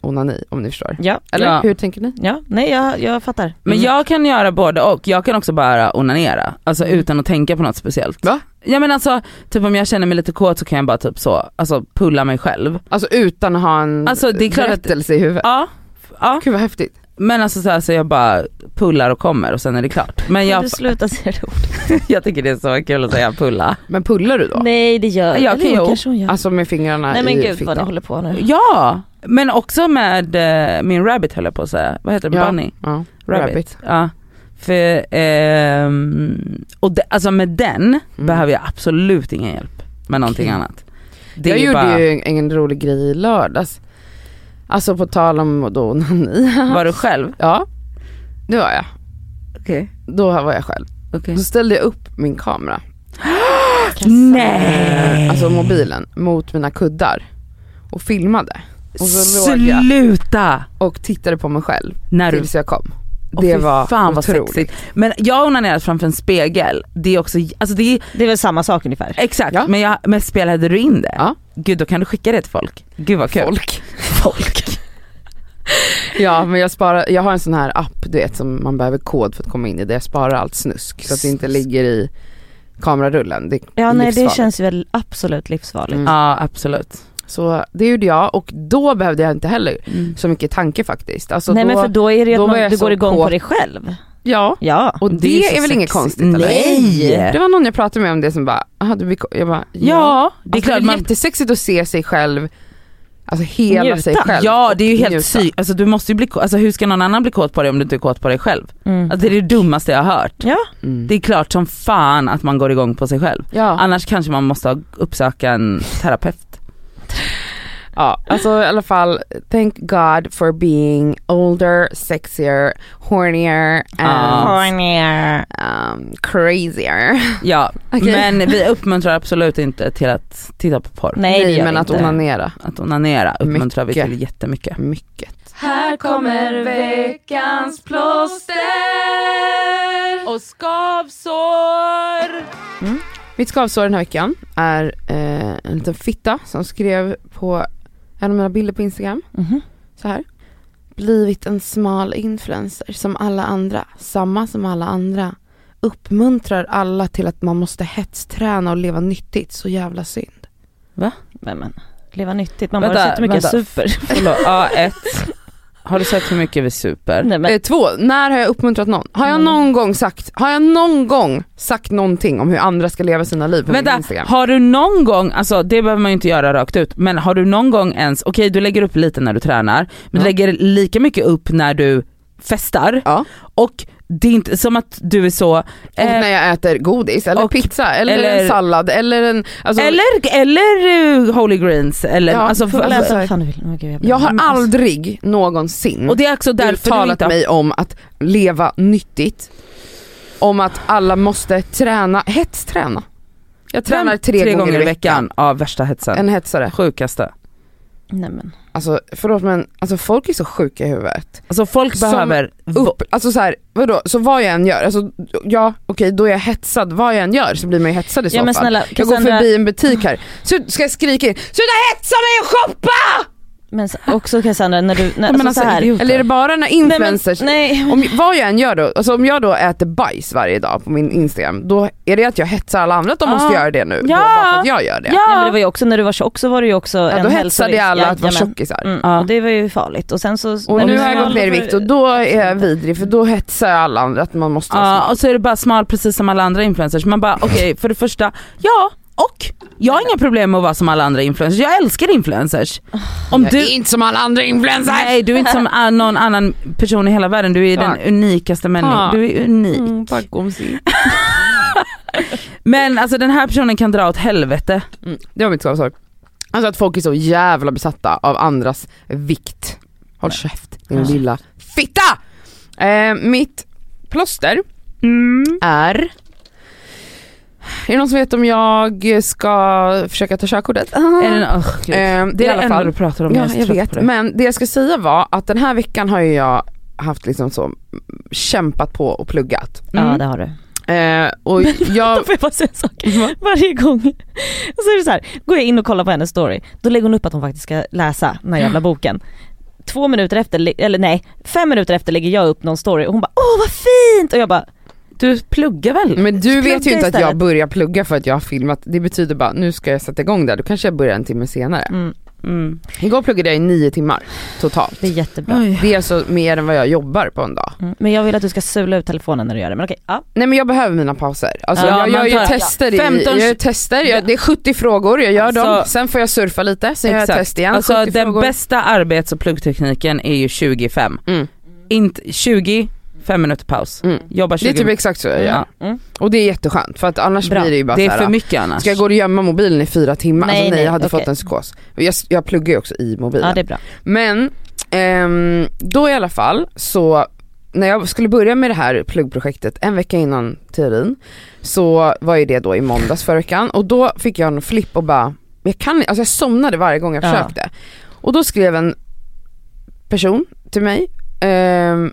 D: onani om ni förstår.
C: Ja,
D: Eller
F: Ja.
D: hur tänker ni?
C: ja nej jag, jag fattar.
F: Men
D: Mm.
F: jag kan göra både och, jag kan också bara onanera. Alltså utan att tänka på något speciellt.
D: Mm. Va?
F: Ja men alltså, typ om jag känner mig lite kåt så kan jag bara typ så, alltså pulla mig själv.
D: Alltså utan att ha en
F: Alltså, det är klart att-
D: berättelse i huvudet.
F: Ja, ja.
D: Gud vad häftigt.
F: men alltså så, här, så jag bara pullar och kommer och sen är det klart. Men
C: Kan
F: jag,
C: du sluta säga det ordet?
F: jag tycker det är så kul att säga pulla.
D: Men pullar du då?
C: Nej det gör
F: Jag
C: eller
F: kan
C: jo,
F: ju-
C: kanske hon gör.
D: Alltså med fingrarna
C: nej men
D: i
C: gud vad ni
D: fickan?
C: håller på nu.
F: Ja, men också med eh, min rabbit höll jag på att säga, vad heter det,
D: Ja.
F: bunny?
D: Ja.
F: Rabbit.
D: Rabbit.
F: Ja. För, ehm, och de, alltså med den
D: Mm.
F: behöver jag absolut ingen hjälp med någonting
D: Okej.
F: annat. Det
D: jag
F: är
D: gjorde
F: bara,
D: ju en, en rolig grej i lördags. Alltså på tal om då onani.
F: var du själv?
D: Ja, det var jag.
F: Okej.
D: Då var jag själv.
F: Okay.
D: Då ställde jag upp min kamera,
F: Nej!
D: alltså mobilen, mot mina kuddar och filmade. Och så låg jag
F: Sluta!
D: och tittade på mig själv
F: När du,
D: tills jag kom.
F: Åh,
D: Det
F: fy
D: var
F: fan vad
D: otroligt.
F: sexigt. Men jag har onanerat framför en spegel, det är också, alltså det är,
C: Det är väl samma sak ungefär.
F: exakt,
D: Ja.
F: men jag, med spelade du in det?
D: Ja.
F: Gud då kan du skicka det till folk. Gud vad kul.
D: Folk.
F: folk.
D: Ja men jag sparar, jag har en sån här app du vet som man behöver kod för att komma in i, där jag sparar allt snusk så att det inte ligger i kamerarullen. Det är
C: Ja nej det
D: livsfarligt.
C: känns ju väl absolut livsfarligt.
D: Mm.
F: Ja absolut.
D: Så det gjorde jag och då behövde jag inte heller
F: Mm.
D: så mycket tanke faktiskt. Alltså
C: nej
D: då,
C: men för då är det ju
D: då
C: att
D: var
C: man,
D: jag
C: du
D: så
C: går igång på
D: kåt.
C: dig själv.
D: Ja,
C: Ja.
D: och det,
F: det är
D: är,
F: så
D: väl inget
F: sexigt.
D: konstigt eller?
F: Nej.
D: Det var någon jag pratade med om det som bara, aha, du blir ko-" jag bara, ja.
F: Ja, det är
D: alltså,
F: klart
D: det är
F: man
D: jättesexigt att se sig själv, alltså hela
C: Njuta.
D: sig själv.
F: Ja det är ju
D: och
F: helt
D: njuta.
F: psyk, alltså du måste ju bli, k- alltså hur ska någon annan bli kåt på dig om du inte är kåt på dig själv?
C: Mm.
F: Alltså det är det dummaste jag har hört.
C: Ja.
D: Mm.
F: Det är klart som fan att man går igång på sig själv.
D: Ja.
F: Annars kanske man måste ha- uppsöka en terapeut.
D: ja, alltså i alla fall, thank God for being older, sexier, hornier
F: Ah.
D: and
F: Ja.
D: um, crazier.
F: Ja,
D: Okej.
F: men vi uppmuntrar absolut inte till att titta på porr.
C: Nej det gör
D: men att
C: inte.
D: onanera,
F: Att onanera uppmuntrar
D: Mycket.
F: vi till jättemycket.
D: mycket.
H: Här kommer veckans plåster.
I: Och skavsår!
D: Mitt skavsår den här veckan är eh, en liten fitta som skrev på en av mina bilder på Instagram
C: Mhm.
D: så här. Blivit en smal influencer som alla andra, samma som alla andra. Uppmuntrar alla till att man måste hetsträna och leva nyttigt, så jävla synd.
C: Men, men. Leva nyttigt, man
F: Vänta,
C: bara sett hur mycket jag
F: vänta.
C: super.
F: Förlåt, ja ett. Har du sett hur mycket vi super?
C: Nej, men,
D: Eh, två, när har jag uppmuntrat någon? Har
F: Mm.
D: jag någon gång sagt, har jag någon gång sagt någonting om hur andra ska leva sina liv på min
F: Vänta,
D: Instagram?
F: har du någon gång, alltså det behöver man ju inte göra rakt ut, men har du någon gång ens, okej du lägger upp lite när du tränar, men du lägger lika mycket upp när du festar
D: Ja.
F: och det är inte som att du är så,
D: Och
F: eh,
D: när jag äter godis eller
F: och-
D: pizza eller, en
F: eller-
D: sallad eller en... Alltså,
F: eller, eller eh, holy greens eller
D: Ja,
F: alltså,
C: får
F: för,
C: väl
F: alltså,
C: äta vad fan du vill. Men gud, jag blir-
D: Jag har
F: Men alltså-
D: aldrig någonsin
F: och det är också därför du
D: uttalat
F: inte
D: mig om att leva nyttigt. Om att alla måste träna, hetsträna. Jag tränar tre, gånger, i veckan.
F: av värsta hetsen.
D: En hetsare.
F: Sjukaste.
C: Nej men.
D: Alltså förlåt men alltså, folk är så sjuka i huvudet.
F: Alltså folk
D: Som
F: behöver,
D: Upp, alltså så här, vadå, så vad jag än gör, alltså, ja okej då är jag hetsad, vad jag än gör så blir man ju hetsad i så
C: Ja men
D: fall.
C: snälla
D: jag går
C: Cassandra,
D: förbi en butik här, så ska jag skrika in “sluta hetsa mig och shoppa!”
C: men s- också Cassandra när du, när,
F: men
C: alltså,
F: alltså,
C: så här.
F: idioter.
D: Eller är det bara när
C: Nej, men,
D: influencers
C: nej.
D: Om, vad jag än gör då, alltså om jag då äter bajs varje dag på min Instagram, då är det att jag hetsar alla andra att de
F: Ja.
D: måste göra det nu, då,
F: Ja.
D: bara för att jag gör det.
C: Nej, men det var ju också när du var tjock så var du ju också
D: Ja,
C: en
D: då hetsade
C: hälsorisk.
D: jag alla att vara
C: Jajamän.
D: tjockisar.
C: Mm,
F: Ja.
C: och det var ju farligt och sen så...
D: Och
C: när
D: nu
C: du
D: har jag
C: smal-
D: gått ner i vikt och då är jag vidrig för då hetsar jag alla andra att man måste vara
F: Ja
D: smal.
F: och så är det bara smal precis som alla andra influencers. Man bara okej för det första, ja och jag har inga problem med att vara som alla andra influencers. Jag älskar influencers. Om
D: Jag är
F: du,
D: inte som alla andra influencers!
F: nej du är inte som a- någon annan person i hela världen, du är
D: Tack.
F: den unikaste människan.
D: Tack.
F: Du är unik.
D: Mm, tack gomsi.
F: Men alltså den här personen kan dra åt helvete.
D: Mm, det var mitt skavsår. Alltså att folk är så jävla besatta av andras vikt. Håll käft din lilla fitta! Eh, mitt plåster Mm. är... Är det någon som vet om jag ska försöka ta körkortet?
F: Är det, en- åh, gud.
D: Ehm,
F: det
D: i
F: är
D: alla
F: det enda
D: fall-
F: du pratar om, jag
D: Ja,
F: är så
D: jag
F: trött
D: vet.
F: på det.
D: Men det jag ska säga var att den här veckan har ju jag haft liksom så kämpat på och pluggat.
C: Ja
F: Mm.
C: det har du.
D: Eh, och jag...
C: Då får jag bara säga en sak.
D: Mm-hmm.
C: Varje gång så är det så här, går jag in och kollar på hennes story, då lägger hon upp att hon faktiskt ska läsa den här jävla boken. två minuter efter, li- eller nej, fem minuter efter lägger jag upp någon story och hon bara åh vad fint! Och jag bara
B: Du pluggar väl?
D: Men du
C: Plugga
D: vet ju inte att jag
C: istället.
D: börjar plugga för att jag har filmat, det betyder bara nu ska jag sätta igång där, då kanske jag börjar en timme senare.
C: mm,
B: Mm.
D: Igår pluggade jag i nio timmar totalt.
C: det är jättebra.
B: Oj.
D: Det är alltså mer än vad jag jobbar på en dag.
C: Mm. Men jag vill att du ska sula ut telefonen när du gör det, men okej. Ja.
D: Nej men jag behöver mina pauser. Alltså,
B: Ja,
D: jag gör
B: man
D: ju
B: tar-
D: tester, i,
B: 15
D: jag gör tester jag, det är 70 frågor, jag gör dem,
B: Alltså-
D: sen får jag surfa lite, sen gör jag
B: Exakt.
D: test igen.
B: Alltså
D: 70
B: den
D: frågor.
B: bästa arbets och pluggtekniken är ju 25.
D: Mm.
B: Inte 20, 5 minuter paus.
D: Mm.
B: Jobba 20
D: Det är typ exakt så jag gör.
B: ja.
D: Och det är jätteskönt för att annars
C: Bra.
D: blir det ju bara
B: Mm. Det är
D: såhär,
B: för mycket annars.
D: ska jag gå och gömma mobilen i fyra timmar?
C: Nej,
D: alltså, nej,
C: nej,
D: jag hade
C: okej.
D: fått en psykos. Jag, jag pluggar ju också i mobilen.
C: ja det är bra.
D: Men ehm, då i alla fall så när jag skulle börja med det här pluggprojektet en vecka innan teorin så var ju det då i måndags förra veckan och då fick jag en flipp och bara, jag kan alltså jag somnade varje gång jag
C: Ja.
D: försökte. Och då skrev en person till mig, ehm,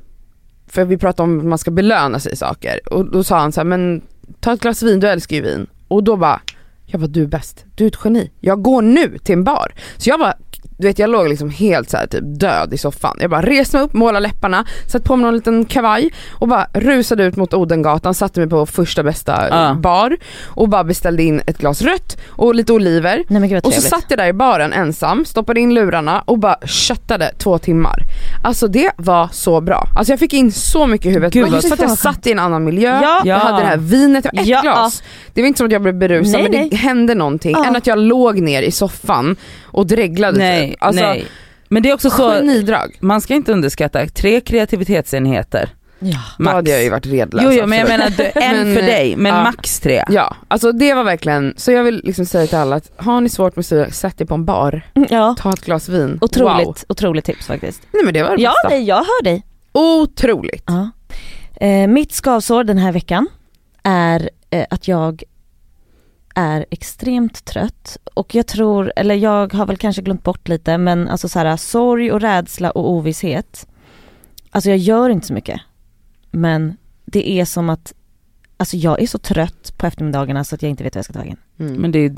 D: för vi pratade om att man ska belöna sig i saker och då sa han så här, men ta ett glas vin, du älskar ju vin. Och då bara, jag bara du är bäst, du är ett geni. Jag går nu till en bar. Så jag bara, du vet jag låg liksom helt så här typ död i soffan. Jag bara reste mig upp, målade läpparna, satte på mig någon liten kavaj och bara rusade ut mot Odengatan, satte mig på första bästa
B: Ja.
D: eh, bar och bara beställde in ett glas rött och lite oliver.
C: Nej men gud vad
D: Och så
C: trevligt.
D: satt jag där i baren ensam, stoppade in lurarna och bara köttade två timmar. Alltså det var så bra. Alltså jag fick in så mycket i huvudet.
B: Gud,
D: Men just
B: vad
D: för att jag
B: skönt.
D: satt i en annan miljö,
C: Ja.
D: jag hade det här vinet, det var ett
C: Ja.
D: glas. Det var inte som att jag blev berusad
C: Nej,
D: men det
C: nej.
D: hände någonting.
C: Ja.
D: Än att jag låg ner i soffan och dreglade
B: Nej,
D: typ. Alltså
B: nej. Men det är också så,
D: genidrag.
B: man ska inte underskatta tre kreativitetsenheter.
C: Ja.
D: Då hade jag ju
B: Max.
D: varit redlös.
B: Jo, jo men jag
D: absolut.
B: menar du, en
D: Men, eh,
B: för dig, men
D: ja.
B: max tre.
D: Ja, alltså det var verkligen, så jag vill liksom säga till alla att har ni svårt med syra, sätt er på en bar,
C: Mm, Ja.
D: ta ett glas vin.
C: Otroligt,
D: Wow.
C: otroligt tips faktiskt.
D: Nej men det var det
C: Ja
D: bästa.
C: nej jag hör dig.
D: Otroligt.
C: Ja. Eh, mitt skavsår den här veckan är eh, att jag är extremt trött och jag tror, eller jag har väl kanske glömt bort lite men alltså så här sorg och rädsla och ovisshet. Alltså jag gör inte så mycket. Men det är som att, alltså jag är så trött på eftermiddagarna så att jag inte vet vad jag ska ta vägen.
D: Mm.
B: Men det är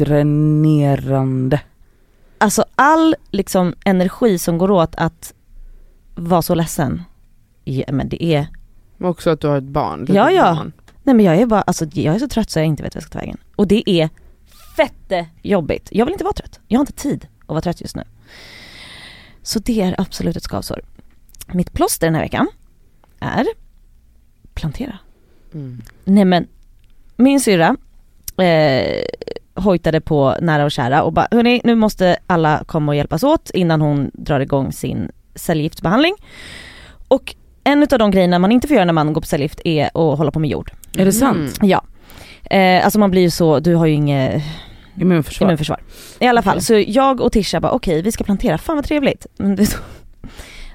B: dränerande.
C: Alltså all liksom energi som går åt att vara så ledsen. Ja, men det är
D: Men också att du har ett barn. ett
C: Ja,
D: litet
C: ja.
D: barn.
C: Nej men jag är bara, alltså jag är så trött så jag inte vet vad jag ska ta vägen. Och det är fette jobbigt. Jag vill inte vara trött. Jag har inte tid att vara trött just nu. Så det är absolut ett skavsår. Mitt plåster den här veckan är plantera.
D: Mm.
C: Nej men, min syrra eh, hojtade på nära och kära och bara hörni nu måste alla komma och hjälpas åt innan hon drar igång sin cellgiftsbehandling. Och en av de grejerna man inte får göra när man går på cellgift är att hålla på med jord.
B: Är det sant?
D: Mm.
C: Ja. Eh, alltså man blir ju så, du har ju inget
B: Immunförsvar.
C: immunförsvar. I alla fall, så jag och Tisha bara okej vi ska plantera, fan vad trevligt. Men det-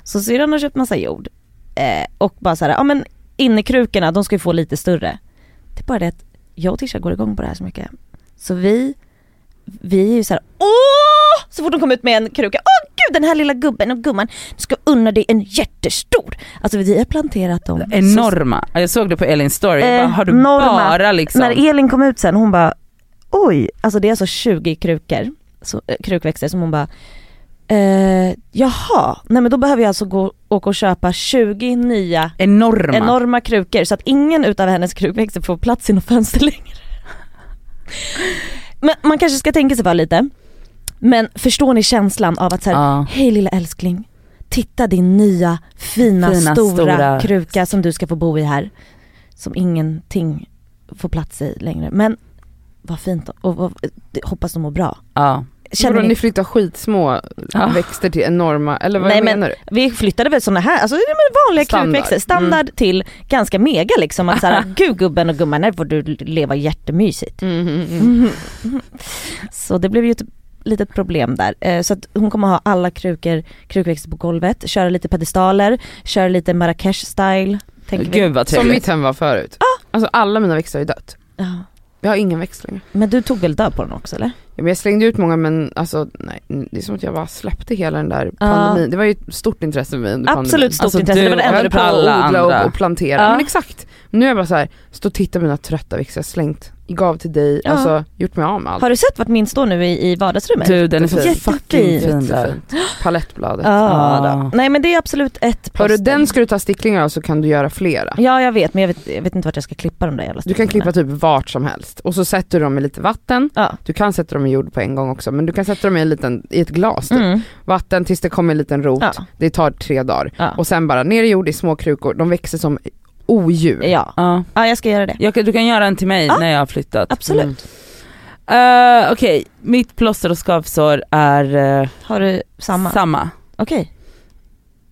C: Så syrran har köpt massa jord eh, och bara så här, ja men innekrukorna de ska ju få lite större. Det är bara det att jag och Tisha går igång på det här så mycket. Så vi, vi är ju så här, åh! Så fort de kommer ut med en kruka, åh gud den här lilla gubben och gumman ska unna dig en jättestor. Alltså vi har planterat dem. så
B: Enorma. Jag såg det på Elins story, jag bara, har du
C: Enorma.
B: bara liksom...
C: Eh, när Elin kom ut sen, hon bara oj, alltså det är alltså 20 krukor, så, eh, krukväxter som hon bara eh, jaha, nej men då behöver jag alltså gå, åka och köpa 20 nya
B: Enorma.
C: enorma krukor så att ingen utav hennes krukväxter får plats i något fönster längre. Men man kanske ska tänka sig för lite. Men förstår ni känslan av att så här,
B: Ja.
C: hej lilla älskling, titta din nya fina,
B: Fina,
C: stora,
B: stora-
C: kruka som du ska få bo i här. Som ingenting får plats i längre. Men vad fint och vad, hoppas de mår bra.
B: Ja.
C: Känner
D: Vadå,
C: ni,
D: ni flyttar skitsmå
B: Ja.
D: växter till enorma, eller vad
C: Nej, men-
D: menar du?
C: vi flyttade väl sådana här, alltså det är väl vanliga
D: Standard.
C: krukväxter, standard till ganska mega liksom att såhär, gud gubben och gumman, här får du leva jättemysigt.
D: Mm, mm, mm.
C: Så det blev ju ett litet problem där. Eh, Så att hon kommer ha alla krukor, krukväxter på golvet, köra lite pedestaler, köra lite Marrakesh style. Tänker vi.
B: Gud vad
D: Som mitt
B: trevligt.
D: hem var förut. Alltså alla mina växter har ju dött.
C: Ja.
D: Jag har ingen växt längre.
C: Men du tog väl död på den också eller?
D: Ja, men jag slängde ut många men alltså nej, det är som att jag bara släppte hela den där pandemin. Det var ju ett stort intresse för mig under
C: Absolut stort
B: Alltså,
C: intresse,
B: du-
C: det var
D: pandemin.
C: det enda
D: Jag höll på
B: pratade
C: du pratade
B: alla
D: att odla
B: andra.
D: och, och plantera.
C: Ja.
D: Men exakt. Nu är jag bara så här, stå och titta på mina trötta växter jag har slängt gav till dig,
C: Ja.
D: alltså gjort mig av med allt. Typ.
C: Har du sett vart min står nu i, i vardagsrummet?
F: Du den är så
D: Jättefin.
F: fucking fin där.
D: Jättefint. Palettbladet.
C: Ja,
F: Ah.
C: då. Nej men det är absolut ett
D: Hörru,
C: plåster.
D: den ska du ta sticklingar av så kan du göra flera.
C: Ja jag vet men jag vet, jag vet inte vart jag ska klippa de där jävla
D: Du kan
C: stickorna.
D: klippa typ vart som helst och så sätter du dem i lite vatten.
C: Ja.
D: Du kan sätta dem i jord på en gång också men du kan sätta dem i, en liten, i ett glas typ.
C: Mm.
D: Vatten tills det kommer en liten rot,
C: Ja.
D: det tar tre dagar.
C: Ja.
D: Och sen bara ner i jord i små krukor, de växer som odjur.
C: Ja.
F: Ja.
C: ja, jag ska göra det.
F: Jag, kan- du kan göra en till mig
C: Ja.
F: när jag har flyttat.
C: Absolut.
D: Mm.
F: Eh, Okej, mitt plåster och skavsår är eh,
C: Har du samma?
F: samma.
C: Okej.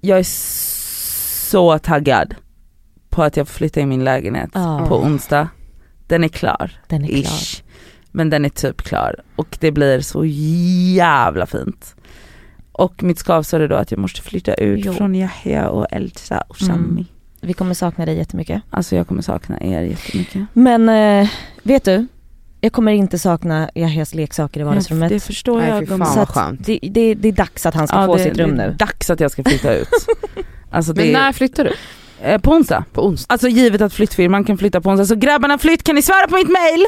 F: Jag är så taggad på att jag får flytta in min lägenhet
D: Ah.
C: Ja.
F: på onsdag. Den är klar.
C: Den är klar.
F: Ish. Men den är typ klar och det blir så jävla fint. Och mitt skavsår är då att jag måste flytta ut
C: Jo.
F: från Yahya och Elsa och
C: Mm.
F: Sami.
C: Vi kommer sakna dig jättemycket.
F: Alltså jag kommer sakna er jättemycket.
C: Men eh, vet du? Jag kommer inte sakna Yahyas leksaker i
F: Jag,
C: vardagsrummet.
F: det förstår
D: Nej,
F: jag.
D: fy
F: gumman.
D: fan
C: Så
D: vad
C: att-
D: skönt.
C: Det, det, det är dags att han ska
F: Ja,
C: få
F: det-
C: sitt rum
F: det är
C: nu.
F: dags att jag ska flytta ut. Alltså det
D: Men
F: är,
D: när flyttar du?
F: eh, på onsdag.
D: På onsdag?
F: Alltså givet att flyttfirman kan flytta på onsdag så grabbarna flytt kan ni svära på mitt mail?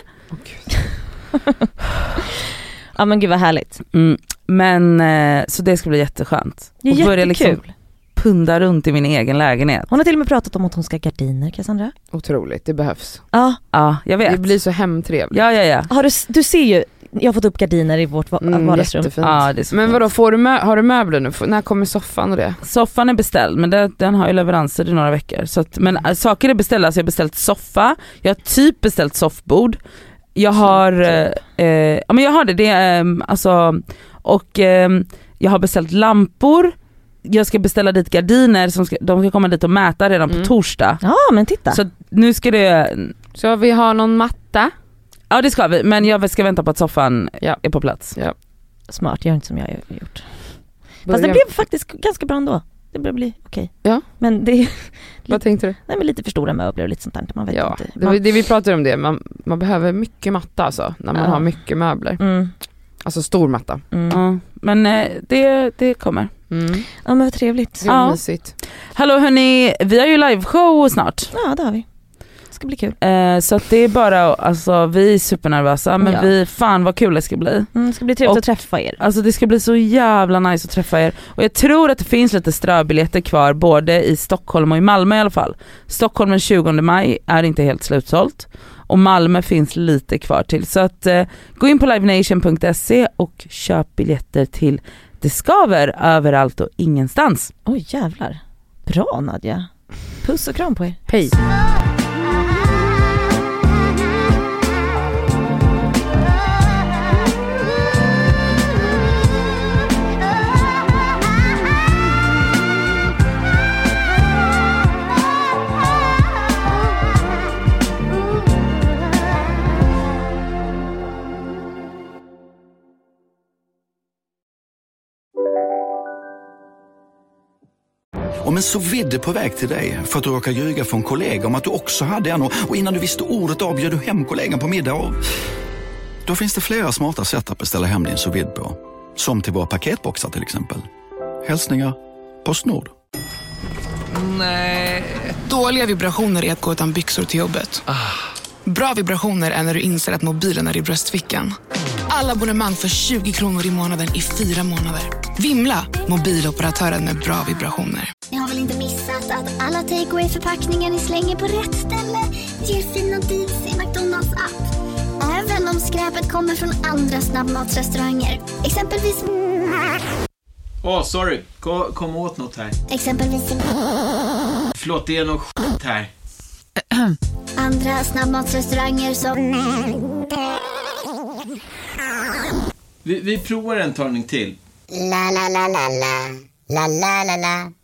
C: Ja men gud vad härligt.
F: Mm. Men eh, så det ska bli jätteskönt.
C: Det är
F: Och börja
C: jättekul.
F: liksom punda runt i min egen lägenhet.
C: Hon har till och med pratat om att hon ska ha gardiner Cassandra.
D: Otroligt, det behövs.
C: Ja,
F: Ja jag
D: Det
F: vet.
D: blir så hemtrevligt.
F: Ja ja ja.
C: har du, s- du ser ju, jag har fått upp gardiner i vårt va-
D: Mm,
C: vardagsrum.
D: jättefint.
F: Ja, det är så
D: Men
F: fint.
D: vadå, får du mö- har du möbler nu? Får- När kommer soffan och det?
F: Soffan är beställd men det, den har ju leveranser i några veckor. Så att, men äh, saker är beställda, alltså jag har beställt soffa, jag har typ beställt soffbord. Jag har, eh, eh, ja men jag har det, det är, ehm, alltså, och ehm, jag har beställt lampor, jag ska beställa dit gardiner, som ska, de ska komma dit och mäta redan
D: Mm.
F: på torsdag.
C: Ja men titta.
F: Så att nu ska det,
D: Så vi har någon matta?
F: ja det ska vi men jag ska vänta på att soffan
D: Ja.
F: är på plats.
C: Smart, gör inte som jag har gjort. Fast
D: Börja-
C: den blev faktiskt ganska bra ändå. Det börjar bli okej.
D: Ja.
C: Men det är
D: Vad tänkte du?
C: nej, men lite för stora möbler och lite sånt där. Man vet
D: Ja,
C: inte.
D: det,
C: Man,
D: var- det vi pratade om det, man, man behöver mycket matta alltså, när man
C: Ja.
D: har mycket möbler.
C: mm,
D: Alltså stor matta.
C: mm.
F: Ja, men eh, det, det kommer.
D: Mm.
C: Ja men vad trevligt.
D: Det var
F: Ja.
D: mysigt.
F: Hallå hörni, vi har ju liveshow snart.
C: Ja det har vi. Det ska bli kul.
F: Eh, så att det är bara, alltså vi är supernervösa men
C: Ja.
F: vi, fan vad kul det ska bli.
C: Mm, det ska bli trevligt
F: Och-
C: att träffa er.
F: Alltså det ska bli så jävla nice att träffa er. Och jag tror att det finns lite ströbiljetter kvar både i Stockholm och i Malmö i alla fall. Stockholm den 20 maj är inte helt slutsålt och Malmö finns lite kvar till. Så att eh, gå in på livenation.se och köp biljetter till Det skaver överallt och ingenstans.
C: Oj jävlar. Bra Nadja. Puss och kram på er.
D: Hej.
J: Om en så vidde på väg till dig för att du råkar ljuga från kollega om att du också hade en och och innan du visste ordet av bjöd du hem kollegan på middag och... Då finns det flera smarta sätt att beställa hem din sous vide på. Som till våra paketboxar till exempel. Hälsningar Postnord.
K: Dåliga vibrationer är att gå utan byxor till jobbet. Bra vibrationer är när du inser att mobilen är i bröstfickan. Alla abonnemang för 20 kronor i månaden i fyra månader. Vimla! Mobiloperatören med bra vibrationer.
L: Ni har väl inte missat att alla takeaway förpackningar ni slänger på rätt ställe ger fina deals i McDonalds app. Även om skräpet kommer från andra snabbmatsrestauranger. Exempelvis...
M: Åh, sorry. Kom, kom åt något här.
L: Exempelvis...
M: Förlåt, det är något skit här.
L: Andra snabbmatsrestauranger som...
M: Vi, vi provar en talning till.
N: La la la la la, la la la la,